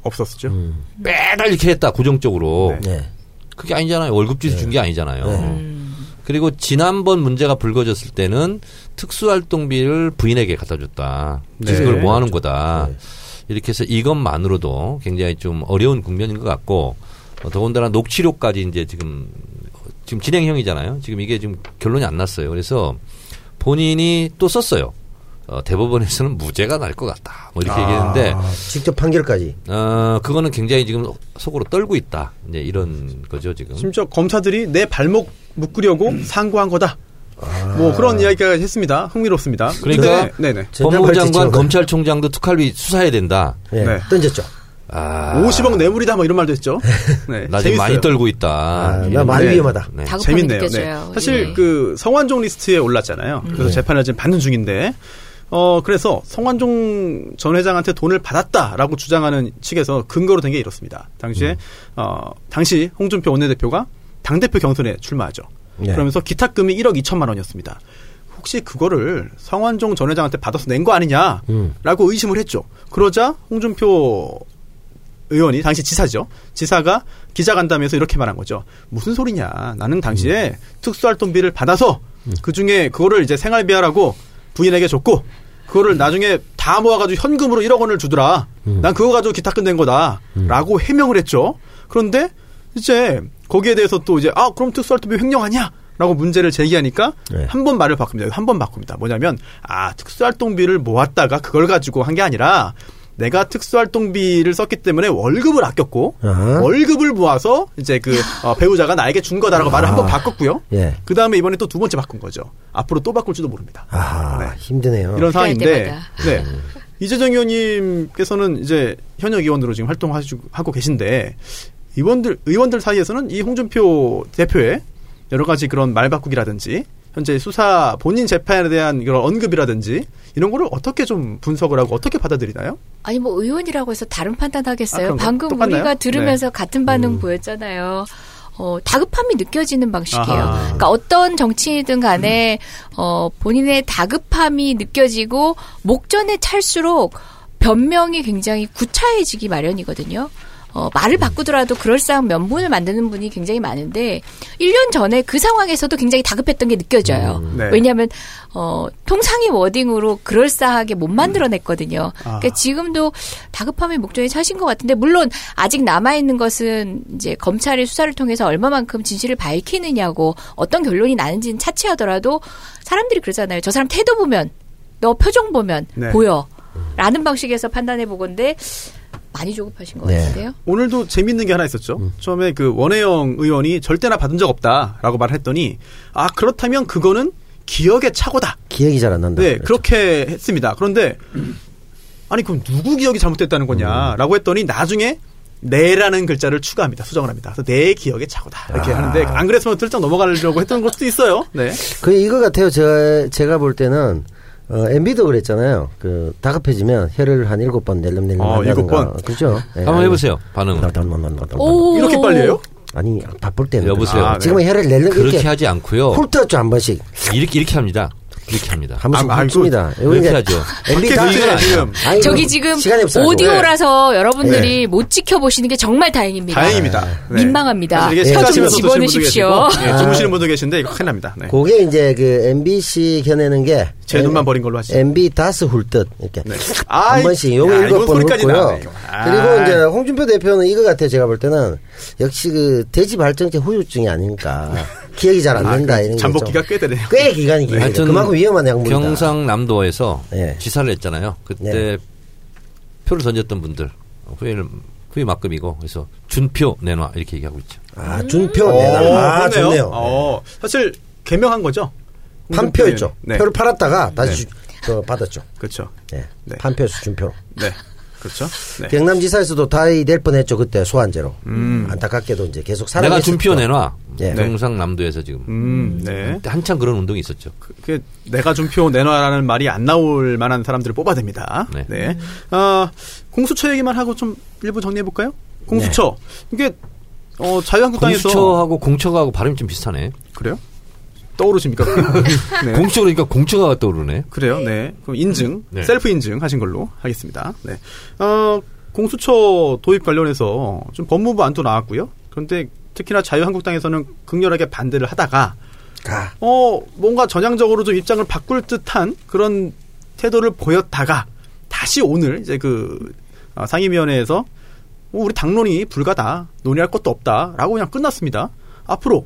없었죠.
음. 매달 이렇게 했다 고정적으로
네.
그게 아니잖아요 월급지수 준 게 아니잖아요 그리고 지난번 문제가 불거졌을 때는 특수활동비를 부인에게 갖다 줬다
네.
지금 그걸 뭐 하는 거다 이렇게 해서 이것만으로도 굉장히 좀 어려운 국면인 것 같고 어, 더군다나 녹취록까지 이제 지금 지금 진행형이잖아요 지금 이게 지금 결론이 안 났어요 그래서 본인이 또 썼어요 어, 대법원에서는 무죄가 날 것 같다 뭐 이렇게
아,
얘기했는데
직접 판결까지.
어, 그거는 굉장히 지금 속으로 떨고 있다. 이제 이런 거죠, 지금.
심지어 검사들이 내 발목 묶으려고
음.
상고한 거다. 뭐 그런 이야기까지 했습니다. 흥미롭습니다.
아. 그러니까
근데- 네네.
법무부 장관, 검찰총장도 특활비 수사해야 된다.
네. 네.
던졌죠.
아,
50억 뇌물이다 뭐 이런 말도 했죠. 네,
나
재밌어요.
지금 많이 떨고 있다. 이런
아, 나 많이
거.
위험하다.
아, 네.
다급함이
재밌네요.
느껴져요.
네.
예. 음.
사실 그 성완종 리스트에 올랐잖아요. 그래서
네.
재판을 지금 받는 중인데 어 그래서 성완종 전 회장한테 돈을 받았다라고 주장하는 측에서 근거로 된 게 이렇습니다.
음.
당시에 어 당시 홍준표 원내대표가 당 대표 경선에 출마하죠.
네.
그러면서 기탁금이 1억 2천만 원이었습니다. 혹시 그거를 성완종 전 회장한테 받아서 낸 거 아니냐?
음.
라고 의심을 했죠. 그러자 홍준표 의원이 당시 지사죠. 지사가 기자간담회에서 이렇게 말한 거죠. 무슨 소리냐? 나는 당시에 특수활동비를 받아서 그 중에 그거를 이제 생활비하라고 부인에게 줬고 그거를 나중에 다 모아가지고 현금으로 1억 원을 주더라. 난 그거 가지고 기타 끝낸 거다라고 해명을 했죠. 그런데 이제 거기에 대해서 또 이제 아 그럼 특수활동비 횡령하냐? 라고 문제를 제기하니까
네.
한 번 말을 바꿉니다. 한 번 바꿉니다. 뭐냐면 아 특수활동비를 모았다가 그걸 가지고 한 게 아니라 내가 특수활동비를 썼기 때문에 월급을 아꼈고
아하.
월급을 모아서 이제 그 어, 배우자가 나에게 준 거다라고 말을 한 번 바꿨고요.
예.
그 다음에 이번에 또 두 번째 바꾼 거죠. 앞으로 또 바꿀지도 모릅니다.
아, 힘드네요.
이런 상황인데,
때마다.
네. 이재정 의원님께서는 이제 현역 의원으로 지금 활동하시고 하고 계신데 의원들 의원들 사이에서는 이 홍준표 대표의 여러 가지 그런 말 바꾸기라든지 현재 수사 본인 재판에 대한 그런 언급이라든지 이런 거를 어떻게 좀 분석을 하고 어떻게 받아들이나요?
아니 뭐 의원이라고 해서 다른
아,
판단하겠어요.
그런가?
방금
똑같나요?
우리가 들으면서
네.
같은 반응 보였잖아요. 어, 다급함이 느껴지는 방식이에요.
아하.
그러니까 어떤 정치인이든 간에 어, 본인의 다급함이 느껴지고 목전에 찰수록 변명이 굉장히 구차해지기 마련이거든요. 어, 말을
음.
바꾸더라도 그럴싸한 면본을 만드는 분이 굉장히 많은데 1년 전에 그 상황에서도 굉장히 다급했던 게 느껴져요.
음, 네.
왜냐하면 어, 통상의 워딩으로 그럴싸하게 못 만들어냈거든요.
음.
아.
그러니까 지금도 다급함이 목전에 차신 것 같은데 물론 아직 남아 있는 것은 이제 검찰의 수사를 통해서 얼마만큼 진실을 밝히느냐고 어떤 결론이 나는지는 차치하더라도 사람들이 그러잖아요. 저 사람 태도 보면 너 표정 보면
네.
보여. 라는 방식에서 판단해 보건데 많이 조급하신 것
네.
같은데요.
오늘도 재밌는 게 하나 있었죠. 처음에 그 원혜영 의원이 절대나 받은 적 없다라고 말을 했더니 아 그렇다면 그거는 기억의 착오다.
기억이 잘 안 난다.
네, 그렇게 했습니다. 그런데 아니 그럼 누구 기억이 잘못됐다는 거냐라고
음.
했더니 나중에 내라는 글자를 추가합니다. 수정을 합니다. 그래서 내 기억의 착오다
아.
이렇게 하는데 안 그랬으면 들짝 넘어가려고 했던 것도 있어요. 네.
그 이거 같아요. 제, 제가 볼 때는 어, MB도 그랬잖아요. 그 다급해지면 혀를 한 일곱 번 낼름낼름
어,
한다든가.
일곱 번.
그죠? 예,
한번
아니,
해보세요, 반응을.
네. 오. 어, 이렇게 빨리 해요?
아니,
바쁠 때는.
여보세요.
아, 네. 지금은 혀를 낼름
그렇게
이렇게
하지 않고요.
훑었죠 한 번씩.
이렇게, 이렇게 합니다. 이렇게 합니다.
한 번씩 아, 훑습니다. 이거
이렇게
이제
하죠.
MB 다
팟캐스트가
지금.
아니에요.
아니,
저기
이거
지금
시간이 없어요. 네.
오디오라서 여러분들이 못 지켜보시는 게 정말 다행입니다.
네.
민망합니다.
아, 사실 이게
혀 좀
생각하시면서 드시는 분도
집어넣으십시오.
계시고,
아.
예, 주무시는 분도 계신데 이거 큰일 납니다. 네.
그게 이제 그 MBC 견해는 게.
제 눈만 버린 걸로 하시죠. 네.
MB 다스 훑듯. 이렇게.
아이,
한 번씩
야,
요거
이건
일곱 번
소리까지 나네,
훑고요.
이거.
그리고
아이.
이제 홍준표 대표는 이거 같아요. 제가 볼 때는. 역시 그 돼지 발정증 후유증이 아닐까. 기억이 잘 안
아,
난다. 이런 게 좀.
잠복기가
꽤 되네요.
꽤 기간이 길어요. 그만큼 위험한 약물이다.
경상남도에서 지사를 했잖아요. 그때 표를 던졌던 분들 후회를 후회 막금이고 그래서 준표 내놔 이렇게 얘기하고 있죠.
아 준표 내놔. 아, 좋네요.
네, 어, 사실 개명한 거죠.
판표였죠.
네.
표를 팔았다가 다시
네.
주- 저 받았죠.
그렇죠.
네. 판표에서 준표로.
네. 그렇죠. 네.
경남지사에서도 다이 될 뻔했죠 그때 소환제로.
음.
안타깝게도 이제 계속 살아.
내가 준표 내놔.
예.
경상남도에서 지금
음, 네.
한창 그런 운동이 있었죠.
그 내가 준표 내놔라는 말이 안 나올 만한 사람들을 뽑아냅니다. 네. 아, 공수처 얘기만 하고 좀 일부 정리해 볼까요? 공수처 이게 어, 자유한국당에서
네. 공수처하고 공처가하고 발음이 좀 비슷하네.
그래요? 떠오르십니까? 네.
공처 그러니까 공처가 떠오르네.
그래요. 네. 그럼 인증,
네.
셀프 인증 하신 걸로 하겠습니다. 네. 어, 공수처 도입 관련해서 좀 법무부 안도 나왔고요. 그런데 특히나 자유한국당에서는 극렬하게 반대를 하다가 어, 뭔가 전향적으로 좀 입장을 바꿀 듯한 그런 태도를 보였다가 다시 오늘 이제 그 아, 상임위원회에서 뭐 우리 당론이 불가다 논의할 것도 없다라고 그냥 끝났습니다. 앞으로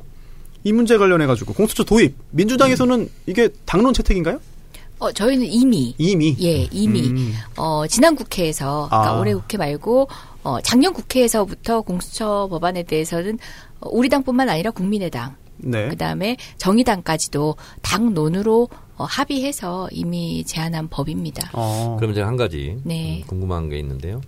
이 문제 관련해 가지고 공수처 도입 민주당에서는 이게 당론 채택인가요?
어, 저희는 이미
이미
예, 이미
음.
어, 지난 국회에서
아.
그러니까 올해 국회 말고 어, 작년 국회에서부터 공수처 법안에 대해서는 어, 우리 당뿐만 아니라 국민의당
네.
그다음에 정의당까지도 당론으로 어, 합의해서 이미 제안한 법입니다.
어.
그럼 제가 한 가지
네.
음, 궁금한 게 있는데요.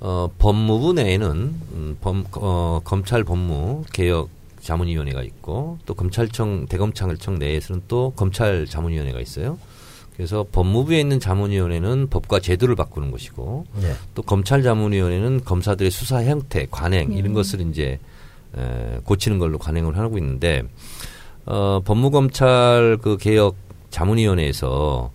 어, 법무부 내에는 음, 범, 어, 검찰 법무 개혁 자문위원회가 있고 또 검찰청 대검찰청 내에서는 또 검찰 자문위원회가 있어요. 그래서 법무부에 있는 자문위원회는 법과 제도를 바꾸는 것이고
네.
또 검찰 자문위원회는 검사들의 수사 형태, 관행 이런
예.
것을 이제 에, 고치는 걸로 관행을 하고 있는데 어, 법무검찰 그 개혁 자문위원회에서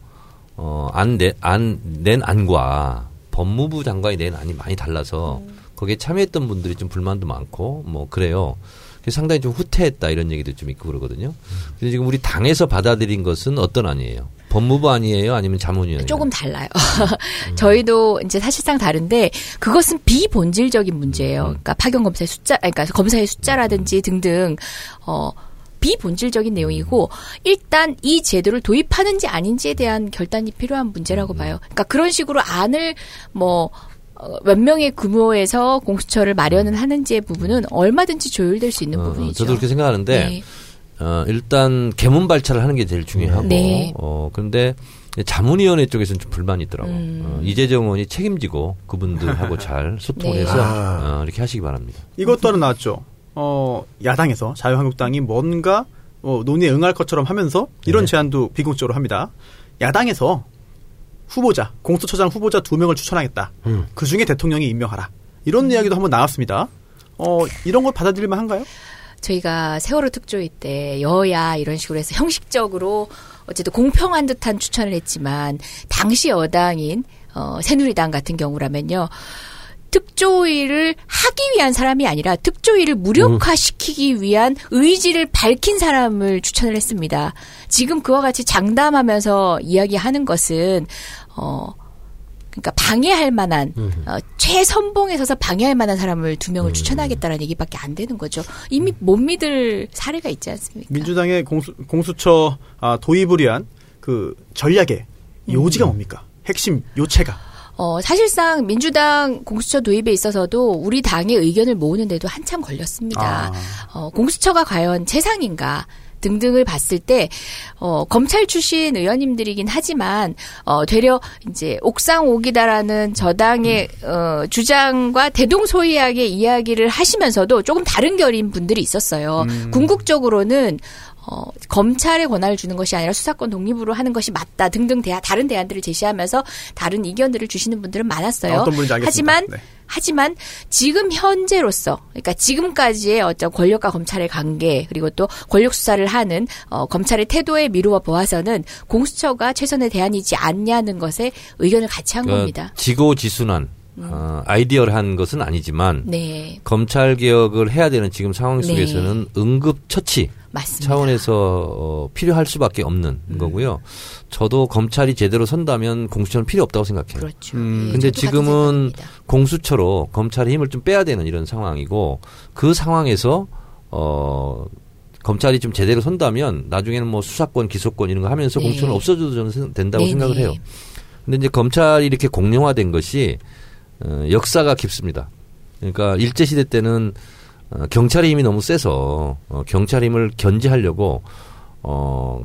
어, 어안낸 안과 법무부 장관이 낸 안이 많이 달라서
음.
거기에 참여했던 분들이 좀 불만도 많고 뭐 그래요. 그래서 상당히 좀 후퇴했다 이런 얘기도 좀 있고 그러거든요.
음.
근데 지금 우리 당에서 받아들인 것은 어떤 안이에요? 법무부 안이에요? 아니면 자문위원회?
조금 달라요. 저희도 이제 사실상 다른데 그것은 비본질적인
음.
문제예요. 그러니까 파견 검사의 숫자, 아니, 그러니까 검사의 숫자라든지 등등 어 비본질적인 내용이고 일단 이 제도를 도입하는지 아닌지에 대한 결단이 필요한
음.
문제라고 봐요. 그러니까 그런 식으로 안을 뭐 몇 명의 규모에서 공수처를 마련은 하는지의 부분은 얼마든지 조율될 수 있는 부분이죠.
어, 저도 그렇게 생각하는데
네.
어, 일단 개문 발차를 하는 게 제일 중요하고
네.
어 그런데 자문위원회 쪽에서는 좀 불만이 있더라고. 요
음.
어, 이재정 의원이 책임지고 그분들하고 잘 소통을
네.
해서
아.
어, 이렇게 하시기 바랍니다.
이것 또한 나왔죠. 어, 야당에서 자유한국당이 뭔가 어, 논의에 응할 것처럼 하면서 이런 제안도 비공적으로 합니다. 야당에서 후보자, 공수처장 후보자 두 명을 추천하겠다.
음.
그 중에 대통령이 임명하라. 이런
음.
이야기도 한번 나왔습니다. 어, 이런 걸 받아들일만 한가요?
저희가 세월호 특조위 때 여야 이런 식으로 해서 형식적으로 어쨌든 공평한 듯한 추천을 했지만 당시 여당인 어, 새누리당 같은 경우라면요. 특조위를 하기 위한 사람이 아니라 특조위를 무력화시키기 위한 의지를 밝힌 사람을 추천을 했습니다. 지금 그와 같이 장담하면서 이야기하는 것은 어 그러니까 방해할 만한 어, 최선봉에 서서 방해할 만한 사람을 두 명을 추천하겠다라는 얘기밖에 안 되는 거죠. 이미 못 믿을 사례가 있지 않습니까?
민주당의 공수, 공수처 아, 도입을 위한 그 전략의
음.
요지가 뭡니까? 핵심 요체가.
어, 사실상 민주당 공수처 도입에 있어서도 우리 당의 의견을 모으는데도 한참
아,
걸렸습니다. 어, 공수처가 과연 세상인가? 등등을 봤을 때, 어, 검찰 출신 의원님들이긴 하지만, 어, 되려, 이제, 옥상옥이다라는 저당의,
음.
어, 주장과 대동소이하게 이야기를 하시면서도 조금 다른 결인 분들이 있었어요.
음.
궁극적으로는, 어, 검찰에 권한을 주는 것이 아니라 수사권 독립으로 하는 것이 맞다 등등 대안, 다른 대안들을 제시하면서 다른 의견들을 주시는 분들은 많았어요.
아, 어떤 분인지 알겠습니다.
하지만
네.
하지만 지금 현재로서 그러니까 지금까지의 어떤 권력과 검찰의 관계 그리고 또 권력 수사를 하는 어, 검찰의 태도에 미루어 보아서는 공수처가 최선의 대안이지 않냐는 것에 의견을 같이
그
한 겁니다.
그러니까
음.
지고지순한 어, 아이디어한 것은 아니지만
네.
검찰 개혁을 해야 되는 지금 상황 속에서는 응급 처치
맞습니다. 음.
차원에서 어, 필요할 수밖에 없는 거고요. 저도 검찰이 제대로 선다면 공수처는 필요 없다고 생각해요.
그렇죠.
음, 근데 지금은 공수처로 검찰의 힘을 좀 빼야 되는 이런 상황이고 그 상황에서 어 검찰이 좀 제대로 선다면 나중에는 뭐 수사권, 기소권 이런 거 하면서
네.
공수처는 없어져도 저는 생- 된다고
네,
생각을
네.
해요. 근데 이제 검찰이 이렇게 공룡화된 것이 어, 역사가 깊습니다. 그러니까 일제 시대 때는 어, 경찰의 힘이 너무 세서 어, 경찰 힘을 견제하려고 어,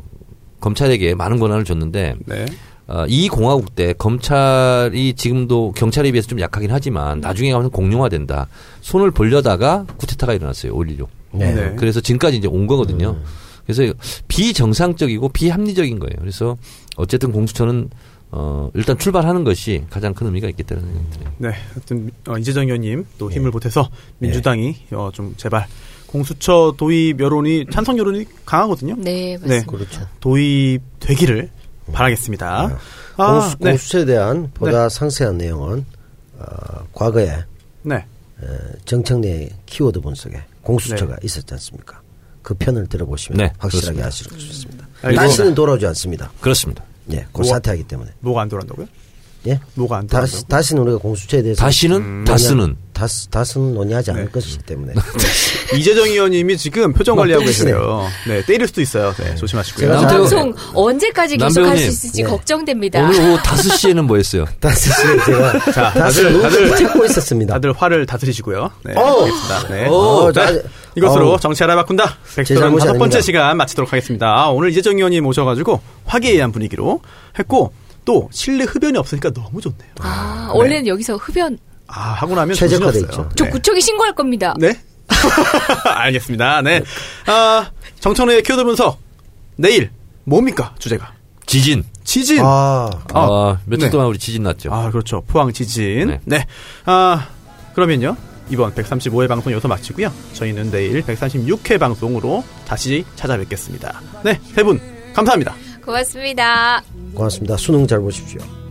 검찰에게 많은 권한을 줬는데
네.
어, 이 공화국 때 검찰이 지금도 경찰에 비해서 좀 약하긴 하지만 나중에 가면 공룡화된다. 손을 벌려다가 쿠데타가 일어났어요. 5.16.
네. 네.
그래서 지금까지 이제 온 거거든요. 그래서 비정상적이고 비합리적인 거예요. 그래서 어쨌든 공수처는 어, 일단 출발하는 것이 가장 큰 의미가 있기 때문에
네, 하여튼 어, 이재정 의원님 또
예.
힘을 보태서 민주당이 어, 좀 제발 공수처 도입 여론이 찬성 여론이 강하거든요.
네, 맞습니다.
그렇죠.
도입 되기를 바라겠습니다.
음. 네.
아,
공수,
네.
공수처에 대한 보다 상세한 내용은 어, 과거에
네.
어, 정청래 키워드 분석에
네.
공수처가 있었지 않습니까? 그 편을 들어보시면
네,
확실하게
그렇습니다.
아실 수 있습니다.
음. 알겠습니다.
다시는 돌아오지 않습니다.
그렇습니다.
예, 곧
뭐-
사퇴하기 때문에.
뭐가 안 돌아온다고요?
예,
뭐가 안 돌아온다고?
다시 다시는 우리가 공수처에 대해서
다시는?
음.
다스는?
다스 다스는 논의하지
네.
않을 것이기 때문에
이재정 의원님이 지금 표정
막
관리하고
때리시네요.
계세요. 네, 때릴 수도 있어요. 네, 조심하시고요.
이 방송 언제까지 계속할
남편님.
수 있을지
네.
걱정됩니다.
오늘 오후 5시에는 뭐 했어요?
5시에 제가
자,
다스는
다들 다들
찾고 있었습니다.
다들 화를 다스리시고요. 네,
오!
알겠습니다. 네.
오,
자,
어! 나-
이것으로
어우.
정치 알아 바꾼다.
제
백설은
잘못이
다섯 번째
아닙니다.
시간 마치도록 하겠습니다. 아, 오늘 이재정 의원님 모셔가지고 화기애애한 분위기로 했고 또 실내 흡연이 없으니까 너무 좋네요.
아, 원래는 여기서 흡연
아 하고 나면
최적화돼
정신이 없어요.
저
네.
구청에 신고할 겁니다.
네? 알겠습니다. 네. 아, 정청래의 키워드 분석. 내일, 뭡니까? 주제가.
지진.
지진.
아,
아, 며칠
네.
동안 우리 지진 났죠.
아, 그렇죠. 포항 지진.
네.
네. 아, 그러면요. 이번 135회 방송 여기서 마치고요. 저희는 내일 136회 방송으로 다시 찾아뵙겠습니다. 네, 세 분 감사합니다.
고맙습니다.
고맙습니다. 수능 잘 보십시오.